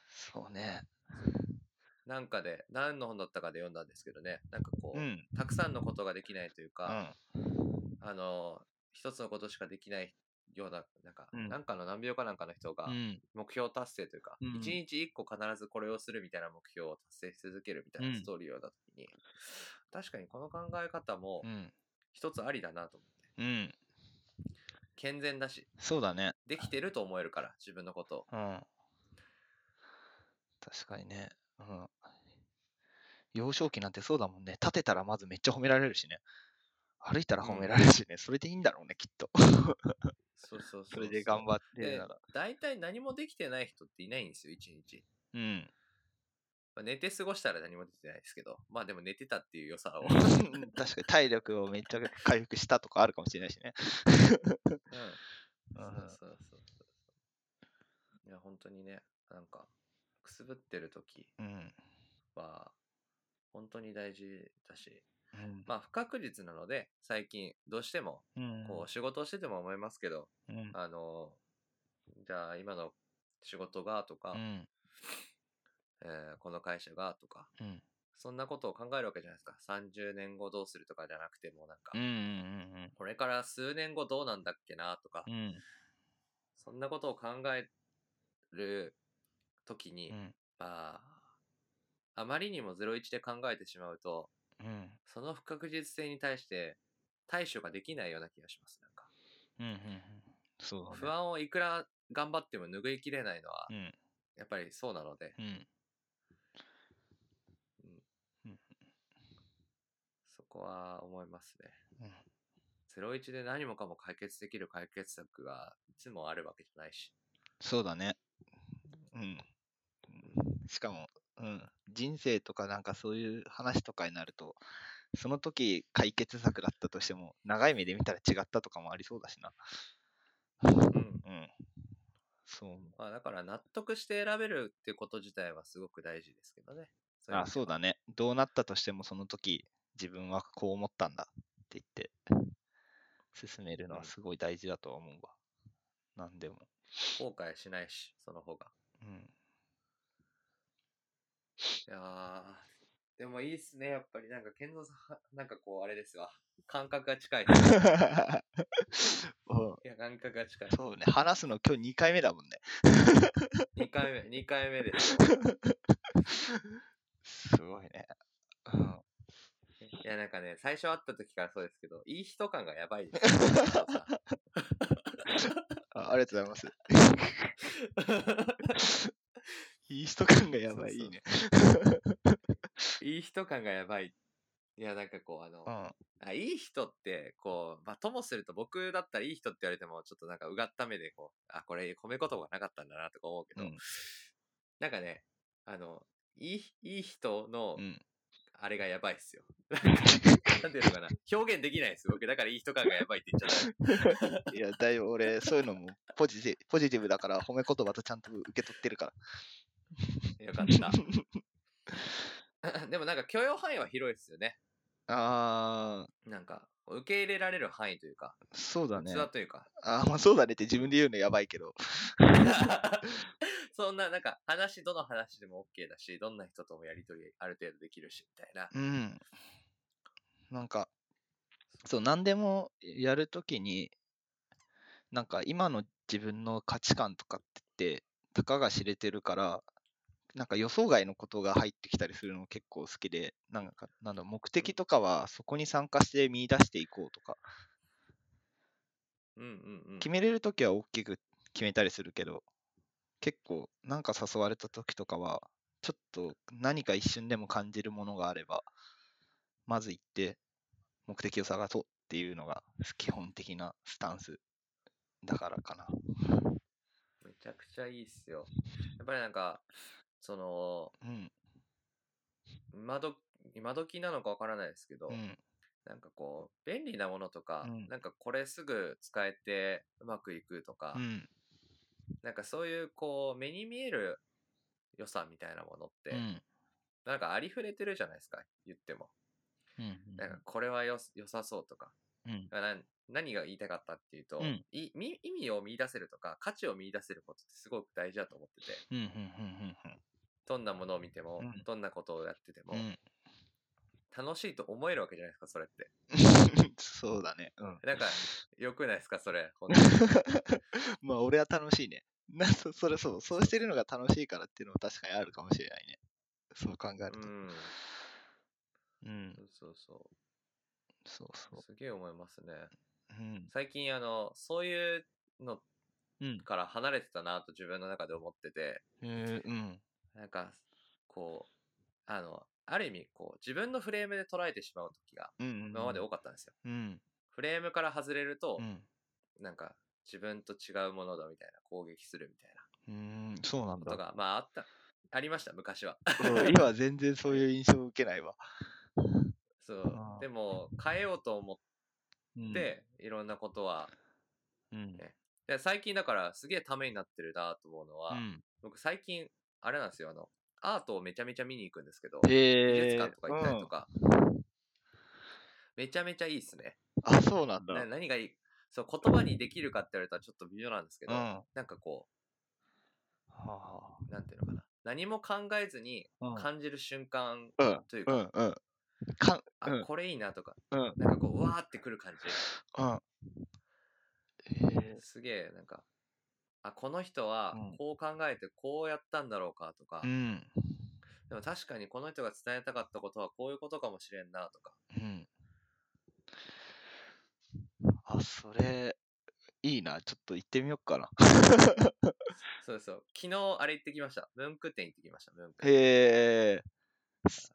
そうね。なんかで、何の本だったかで読んだんですけどね。なんかこう、うん。たくさんのことができないといううか、ん。あの、一つのことしかできないような、なんか、うんなんかの難病かなんかの人がう、ん。目標達成というか、うん一日一個必ずこれをするみたいな目標を達成し続けるみたいなストーリーを読んだ時に、確かにこの考え方もうん。一つありだなと思って。うん。健全だし、そうだね。できてると思えるから、自分のことを。うん。確かにね。うん。幼少期なんてそうだもんね。立てたらまずめっちゃ褒められるしね。歩いたら褒められるしね。それでいいんだろうね、きっと。そうそうそうそれで頑張ってるなら。大体何もできてない人っていないんですよ、一日。うん。まあ、寝て過ごしたら何もできてないですけど、まあでも寝てたっていう良さうを。ん確かに体力をめっちゃ回復したとかあるかもしれないしね。ううんんそうそうそうそう。いや、本当にね、なんか、くすぶってる時うん。は、本当に大事だし、うんまあ、不確実なので、最近、どうしても、うんこう、仕事をしてても思いますけど、うんあの、じゃあ、今の仕事がとか、うんえーこの会社がとか、うんそんなことを考えるわけじゃないですか。30年後どうするとかじゃなくても、なんかうんう、んこれから数年後どうなんだっけなとかうんう、んそんなことを考える時に、うんまあ、あまりにも01で考えてしまうと、うんその不確実性に対して対処ができないような気がします。なんかうんうんうん。そうだね。不安をいくら頑張っても拭いきれないのはう、ん。やっぱりそうなので、うん。そこは思いますね。うん01で何もかも解決できる解決策がいつもあるわけじゃないし。そうだね。うん。しかも、うん。人生とかなんかそういう話とかになると、その時解決策だったとしても、長い目で見たら違ったとかもありそうだしな。うん。うん。そう思まあだから納得して選べるっていうこと自体はすごく大事ですけどね。う。あ、そうだね。どうなったとしても、その時、自分はこう思ったんだって言って、進めるのうはんすごい大事だとは思うわ。なんでも。後悔しないし、その方が。うん。いやーでもいいっすね、やっぱりなんか、健三さん、なんかこう、あれですわ。感覚が近 *laughs* い。いうん *laughs* や、感覚が近い。そうね。話すの今日2回目だもんね。 2回目、二回目です。すごいね。うん。いや、なんかね、最初会った時からそうですけど、いい人感がやばいです、ね。健三さんあありがとうございます。いい人感が *laughs* やばい。いそうそういね。いい人感がやばい。いや、なんかこう、あの、うん。あいい人って、こう、まあ、ともすると僕だったらいい人って言われても、ちょっとなんかうがった目で、こう、あ、これ、米言葉がなかったんだなとか思うけど、うんなんかね、あの、いい、いい人のう、ん。あれがやばいっすよ。なんていうのかな。表現できないです、僕。だからいい人感がやばいって言っちゃダメ。いや、だいぶ俺、そういうのもポジティブポジティブだから、褒め言葉とちゃんと受け取ってるから。よかった。 *laughs* でもなんか許容範囲は広いですよね。あなんか、受け入れられる範囲というか、ー、そうだね器。というか。 *laughs* あーまあ、そうだねって自分で言うのやばいけど。そんな、なんか、話、どの話でも OK だし、どんな人ともやりとりある程度できるし、みたいな。うん。なんか、そう、何でもやるときに、なんか今の自分の価値観とかってって、たかが知れてるから、なんか予想外のことが入ってきたりするの結構好きで、なんか、なんだろう目的とかはそこに参加して見出していこうとか、うんうんうん。決めれるときは大きく決めたりするけど、結構なんか誘われたときとかは、ちょっと何か一瞬でも感じるものがあれば、まず行って目的を探そうっていうのが基本的なスタンスだからかな。めちゃくちゃいいっすよ。やっぱりなんか、その、うん、今ど、今時なのかわからないですけど、うん、なんかこう、便利なものとか、うんなんかこれすぐ使えてうまくいくとか、うん、なんかそういうこう、目に見える良さみたいなものって、うん、なんかありふれてるじゃないですか、言っても。うん、なんかこれはよ良さそうとか。うん、だからな何が言いたかったっていうと、うんいみ意味を見出せるとか価値を見出せることってすごく大事だと思っててうん、うん、うん、どんなものを見ても、うんどんなことをやってても、うん、うん、楽しいと思えるわけじゃないですかそれってそうだね。うん。 *laughs* なんか良くないですかそれ本当にまあ、俺は楽しいね。なそそれそう、そうしてるのが楽しいからっていうのも確かにあるかもしれないね。そう考えると。うんうんそうそうそそうそうすげえ思いますねう。うん。最近あのそういうのうんから離れてたなと自分の中で思っててえー、うん。なんかこうあのある意味こう自分のフレームで捉えてしまう時がうんうんうん。今まで多かったんですよ、うん。フレームから外れると、うん。なんか自分と違うものだみたいな攻撃するみたいうーん、そうなんなことだ。がまああったありました昔は *laughs* *laughs* うん今は全然そういう印象を受けないわ。そうあーでも変えようと思うんっ、て、いろんなことはうん。で最近だからすげえためになってるなと思うのは、うん僕最近あれなんですよあのアートをめちゃめちゃ見に行くんですけど美術へ館とか行ったりとー。か、めちゃめちゃいいっすねあ、そうなんだ。な何がいいそう言葉にできるかって言われたらちょっと微妙なんですけうど、ん。はなんかこあうなんていうのかな何も考えずにうん感じる瞬間うんというか、うんうん。かん、あ、うんこれいいなとか、うんなんかこう、うわーってくる感うん。じえ。すげえ、なんか、あ、この人はうんこう考えてこうやったんだろうかとか、ーうん。でも確かにこの人が伝えたかったことはこういうことかもしれんなとか、うん。それ、いいな。ちょっと行ってみようかな。そうそう。昨日、あれ行ってきました。文句店行ってきました、文句店。へえ。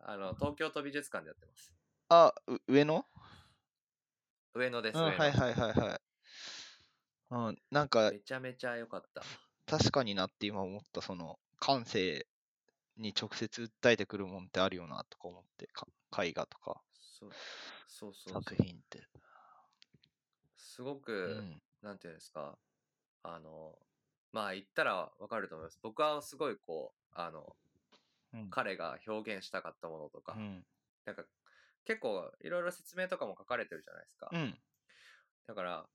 あの、東京都美術館でやってます。あ、う上野上野です、うん、は上い野はいはいはい。うん、なんかめちゃめちゃ良かった。確かになって今思ったその感性に直接訴えてくるもんってあるよなとか思ってか絵画とかそうそうそうそう作品ってすごうく、んなんていうんですか、あの、まあ言ったらわかると思います。僕はすごいこう、あの、うん彼が表現したかったものとか、うんなんか結構いろいろ説明とかも書かれてるじゃないですか。うんだから、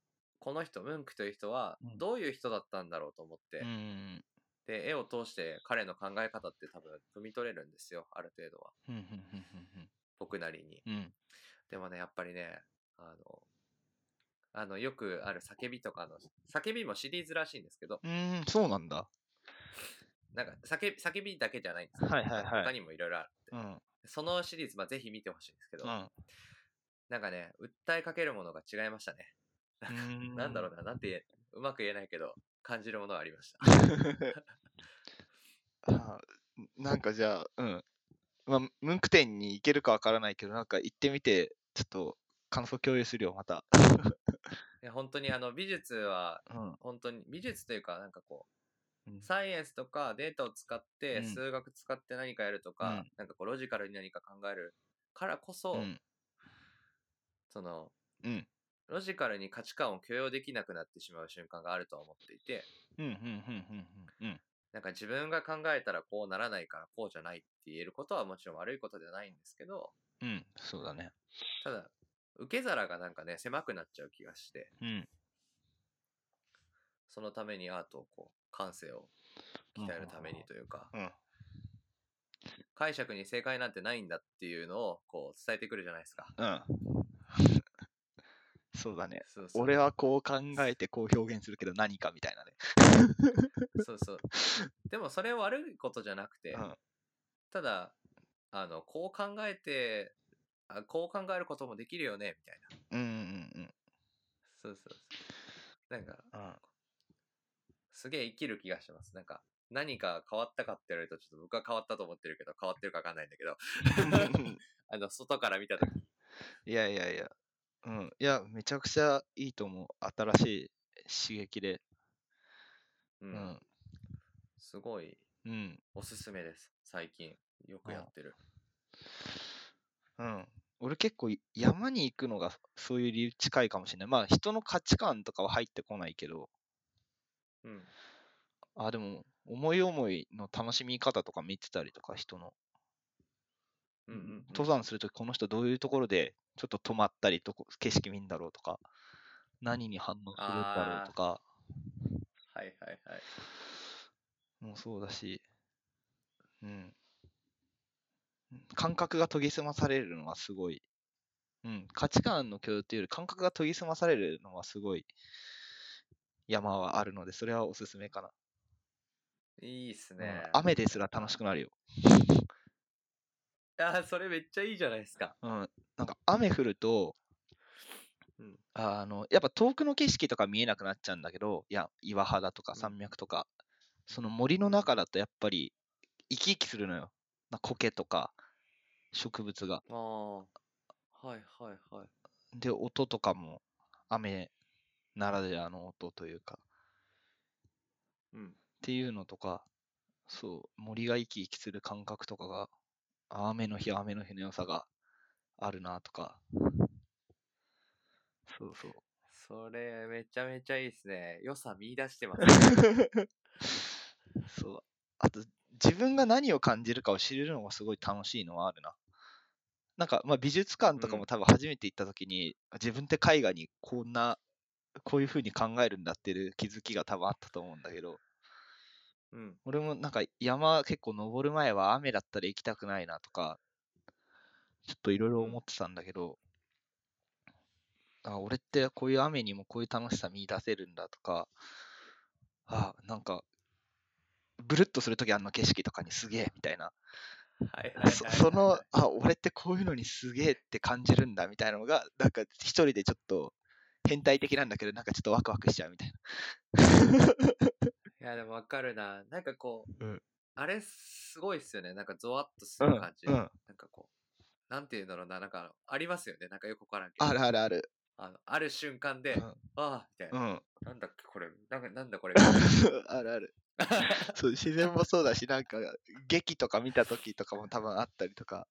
この人、ムンクという人はうんどういう人だったんだろうと思って、うんで、絵を通して彼の考え方って多分汲み取れるんですよ、ある程度は。うんうんうん僕なりに。うんうんでもね、やっぱりね、あの、あの、よくある叫びとかの、叫びもシリーズらしいんですけど、うんうんそうなんだなんか叫び、叫びだけじゃないんですけどはいはいはい他にもいろいろあるって。うんそのシリーズ、まあ、ぜひ見てほしいんですけど、うんなんかね、訴えかけるものが違いましたね。なんだろうな、なんて言え、うまく言えないけど、感じるものがありました。 *laughs* あなんかじゃあうんまあムンク店に行けるかわからないけどなんか行ってみてちょっと感想共有するよまたいや本当にあの、美術は、うん本当に、美術というか、なんかこうんう、サイエンスとかデータを使って、うん数学使って何かやるとか、うんなんかこう、ロジカルに何か考えるからこそ、うんその、うんロジカルに価値観を許容できなくなってしまう瞬間があるとは思っていて、うんうんうんうんうんうんなんか自分が考えたらこうならないからこうじゃないって言えることはもちろん悪いことではないんですけど、うんそうだねただ、受け皿がなんかね、狭くなっちゃう気がして、うんそのためにアートをこう、感性を鍛えるためにというか、うん解釈に正解なんてないんだっていうのをこう、伝えてくるじゃないですか。うん。 *laughs* そうだね。そうそう俺はこう考えてこう表現するけど何かみたいなね。そうそう。でもそれ悪いことじゃなくて、うんただ、あの、こう考えて、あこう考えることもできるよね、みたいな。うんうんそうそうそう。なんか、うんうん。すげえ生きる気がします。なんか、何か変わったかって言われると、ちょっと僕は変わったと思ってるけど、変わってるかわかんないんだけど、 *laughs* あの、外から見たとき、 *laughs* いやいやいや。うん。いや、めちゃくちゃいいと思う。新しい刺激で。う、うんん。すごいうん。おすすめです。最近、よくやってる。うん。俺結構い山に行くのがそういう理由近いかもしれない。まあ人の価値観とかは入ってこないけど、うん。あ、でも思い思いの楽しみ方とか見てたりとか、人の。うんうん、うん。登山するときこの人どういうところでちょっと止まったりとこ景色見んだろうとか何に反応するんだろうとかはいはいはい。もうそうだし、うん、感覚が研ぎ澄まされるのはすごい、うん、価値観の共有というより感覚が研ぎ澄まされるのはすごい山はあるのでそれはおすすめかな、いいっすうんね。雨ですら楽しくなるよ、あーそれめっちゃいいじゃないですか。うん、なんか雨降るとうん。あの、やっぱ遠くの景色とか見えなくなっちゃうんだけど、いや、岩肌とかうん山脈とか、その森の中だとやっぱり生き生きするのよ。な苔とか植物が。ああ。はいはいはい。で、音とかも雨ならではの音というか、っうん。ていうのとか、そう、森が生き生きする感覚とかが、あ雨の日は雨の日の良さがあるなとか。そうそう。それめちゃめちゃいいっすね。良さ見出してますね。 *laughs* そう。あと、自分が何を感じるかを知れるのがすごい楽しいのはあるな。なんか、まあ、美術館とかうもん多分初めて行った時に、自分って絵画にこんな、こういう風に考えるんだっていう気づきが多分あったと思うんだけど、 *laughs* うん。俺もなんか山結構登る前は雨だったら行きたくないなとか、ちょっといろいろ思ってたんだけど、あ、俺ってこういう雨にもこういう楽しさ見出せるんだとか、あ、なんか、ブルッとするときあの景色とかにすげえみたいな、はいはいはいはいはい。そ *laughs* その、あ、俺ってこういうのにすげえって感じるんだみたいなのが、なんか一人でちょっと変態的なんだけど、なんかちょっとワクワクしちゃうみたいいや、でもわかるな。なんかこう、うんあれすごいっすよね。なんかゾワッとすな。る感じ。うん。うん、なんかこう、なんて言うんだろうな。なんかありますよね。なんかよくわからんけど。あるあるある。あのある瞬間で、うんああ、みたいな。うん。なんだっけ、これ。なんかなんだ *laughs* これ。あるあ *laughs* る。そう、自然もそうだし、なんか、劇とか見た時とかも多分あったりとか、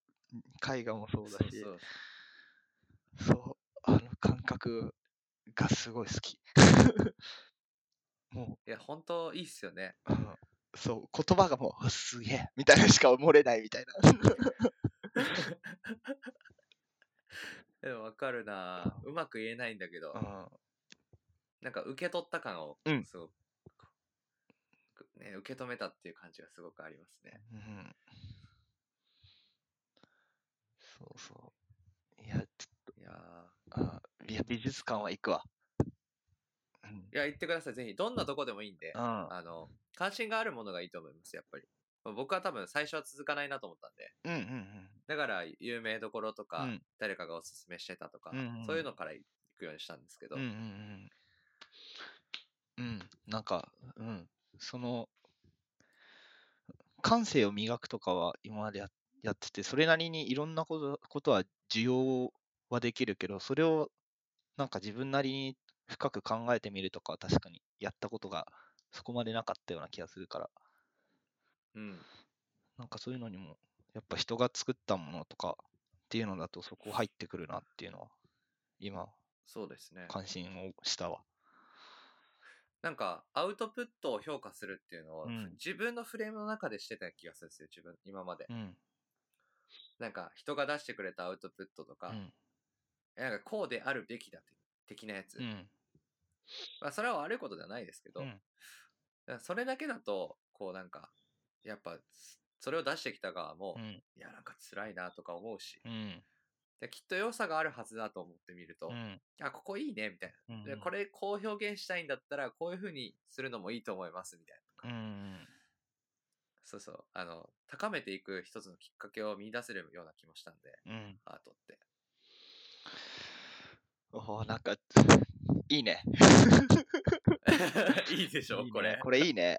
絵画もそうだし、そうそう、あの感覚がすごい好 *laughs* き。もいや、本当いいっすよね。う、うんそう、言葉がもう、あすげえみたいなしか漏れないみたいな。でもわかるな。うまく言えないんだけど、なんか受け取った感をうん、すごく、ね、受け止めたっていう感じがすごくありますね。うん。うんそうそう。いや、ちょっいやーとあいや美術館は行くわ。うん。いや、言ってください。ぜひ、どんなとこでもいいんで、うんあの、関心があるものがいいと思います、やっぱり。まあ僕は多分最初は続かないなと思ったんで、うんうんだから有名どころとか、うん誰かがおすすめしてたとか、うんうんうんそういうのから行くようにしたんですけど、うん。うんうんうん。うん、なんか、うん。その、感性を磨くとかは今までややってて、それなりにいろんなことことは需要はできるけど、それをなんか自分なりに深く考えてみるとかは確かにやったことがそこまでなかったような気がするから、うん。なんかそういうのにも、やっぱ人が作ったものとかっていうのだとそこ入ってくるなっていうのは、今、そうですね。関心をしたわ。なんか、アウトプットを評価するっていうのを、うん自分のフレームの中でしてた気がするんですよ、自分、今まで。うん。なんか、人が出してくれたアウトプットとうか、ん。えなんか、こうであるべきだって、的なやつ。うん。まあ、それは悪いことではないですけど、うんだからそれだけだと、こうなんか、やっぱ、そそれを出してきた側も、うん。いや、なんか辛いなとか思うし、うん。できっと良さがあるはずだと思ってみると、うんあ、ここいいね、みたいうんな。でこれ、こう表現したいんだったら、こういう風にするのもいいと思います、みたいな。うん。そうそう。あの、高めていく一つのきっかけを見出せるような気もしたんで、うん。アートって。 *laughs* *laughs* おお、なんか、いいね。いいでしょいいね *laughs* これ。これいいね。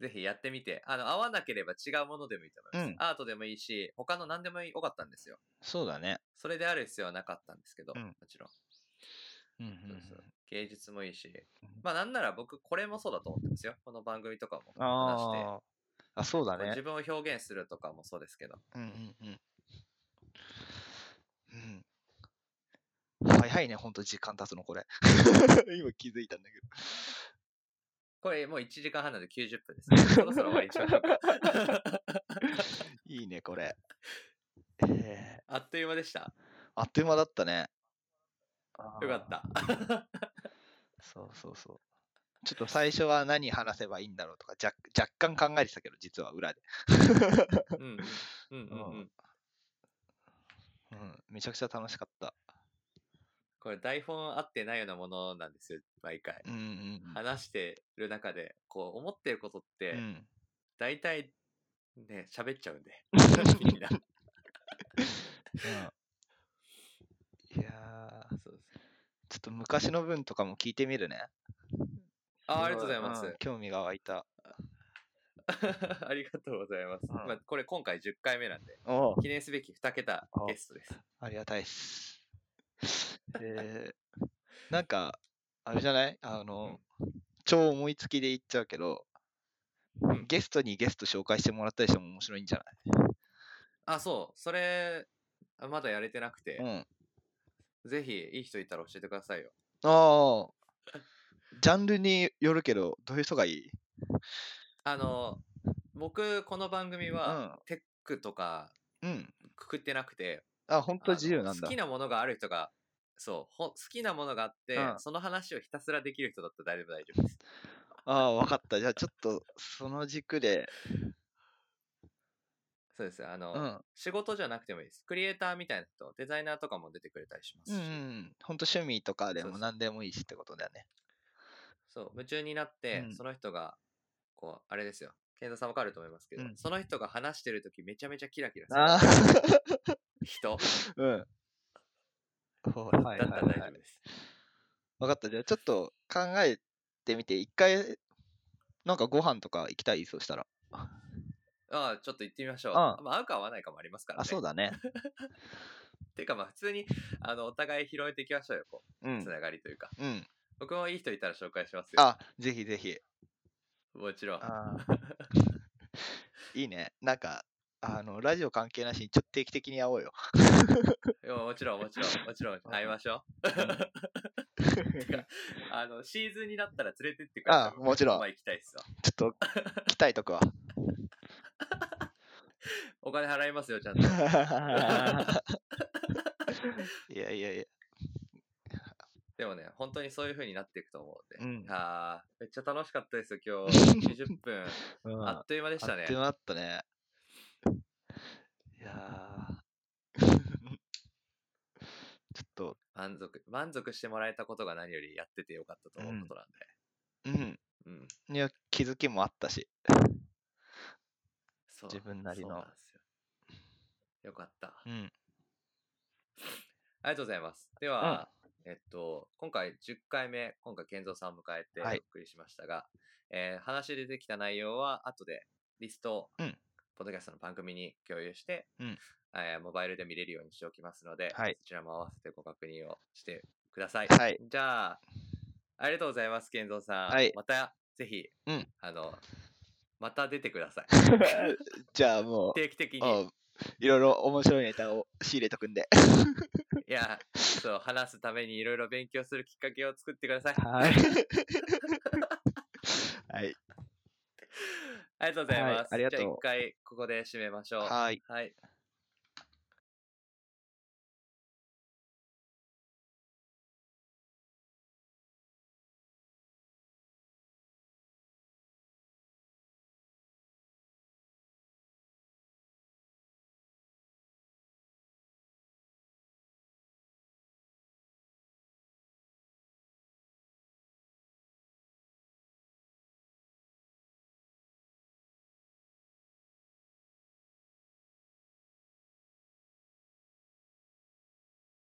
ぜひやってみて。あの、合わなければ違うものでもいいと思います。うんアートでもいいし、他の何でもよかったんですよ。そうだね。それである必要はなかったんですけど、うんもちろん。うんうそうんそう芸術もいいしうん。まあなんなら僕、これもそうだと思ってますよ。この番組とかもうん。話して。ああ。あ、そうだこうね自。分を表現するとかもそうですけど。うんうんうん。うん。早いね、ほんと時間経つの、これ。 *laughs* 今気づいたんだけど。これもう1時間半なんで90 *laughs* 分ですね。そろそろ終わりにしましょうか。いいね、これ。えー、あっという間でした。あっという間だったね。よかった。 *laughs* そうそうそう。ちょっと最初は何話せばいいんだろうとか、若若干考えてたけど、実は裏で。うんうんうんうんうん。うん、めちゃくちゃ楽しかった。これ台本合ってないようなものなんですよ、毎回。うんうん話してる中で、こう思ってることっうて、ん。大体、ね、喋っち *laughs* ゃうんで。みんな。うん。いやー、そうそうちょっと昔の文とかも聞いてみるね。あありがとうございまんす。興味が湧いた。 *laughs* ありがとうございます。うんまあ、これ今回10回目なんで、おう記念すべき2桁ゲストです。ありがたいっす。えーなんか、あれじゃないあの、超思いつきで言っちゃうけど、うんゲストにゲスト紹介してもらったりしても面白いんじゃあ、そう、それ、あまだやれてなくて、ないうん。ぜひ、いい人いたら教えてくださいよ。ああ。ジャンルによるけど、どういう人がいいあの、僕、この番組は、テックとか、うん。くくってなくて、あ、本当あの自由なんだ好き。なものがある人が、そう、ほ好きなものがあって、うんその話をひたすらできる人だったら大丈夫、大丈夫です。ああ、わかった。じゃあちょっと、その軸で。そうです。あの、うん。仕事じゃなくてもいいです。クリエイターみたいな人、デザイナーとかも出てくれたりしますうんし、うん。本当趣味とかでそうもそう何でもいいしってことだよね。そう、夢中になって、うんその人が、こう、あれですよ。健太さんわかると思いますけど、うんその人が話してるときめちゃめちゃキラキラする。あ *laughs* 人うん。だったら大丈夫です。分かった。じゃあちょっと考えてみて、一回、なんかご飯とか行きたいそうしたら。ああ、ちょっと行ってみましょう。あまあ、合うか合わないかもありますからね。あ、そうだ *laughs* ね。てかまあ、普通に、あの、お互い広げていきましょうよ、こうう、んつ。ながりというか。うん。僕もいい人いたら紹介しますよ。あ、ぜひぜひ。もちろん。あ *laughs* ーいいね。なんか、あの、ラジオ関係なしにちょっと定期的に会おうよ。いやもちろん、もちろん、もち *laughs* ろん、うん会いましょう。てかあの、シーズンになったら連れてってくあださい。もちろんお前行きたいっすわ。ちょっと、来たいとこは。お金払いますよ、ちゃん *laughs* いと。やいやいや。でもね、本当にそういう風になっていくと思うんで。うんあーめっちゃ楽しかったですよ、*laughs* 今日。20分。うんあっという間でしたあねっとい。う間だったね。いやーちょっと、満足、満足してもらえたことが何よりやっててよかったと思うことなんうで。ん。うん。いや、気づきもあったし。そう自分なりのそうなんですよ。よかった。うん。ありがとうございます。では、えっと、今回10回目、今回健三さんを迎えてはいお送りしましたが、えー話で出てきた内容は後でリストを、うんポッドキャストの番組に共有して、うんえーモバイルで見れるようにしておきますので、はいそちらも合わせてご確認をしてください。はいじゃあ、ありがとうございます、健三さん。はいまた、ぜひ、うんあの、また出てく *laughs* ださい。じゃあ *laughs* も定期的う、に。うんいろいろ面白いネタを仕入れとくんで。いや、そう、話すためにいろいろ勉強するきっかけを作ってください。はい。 *laughs* はい。ありがとうございます。はいありがとう *laughs* じゃあ一回ここで締めましょう。はい。はい。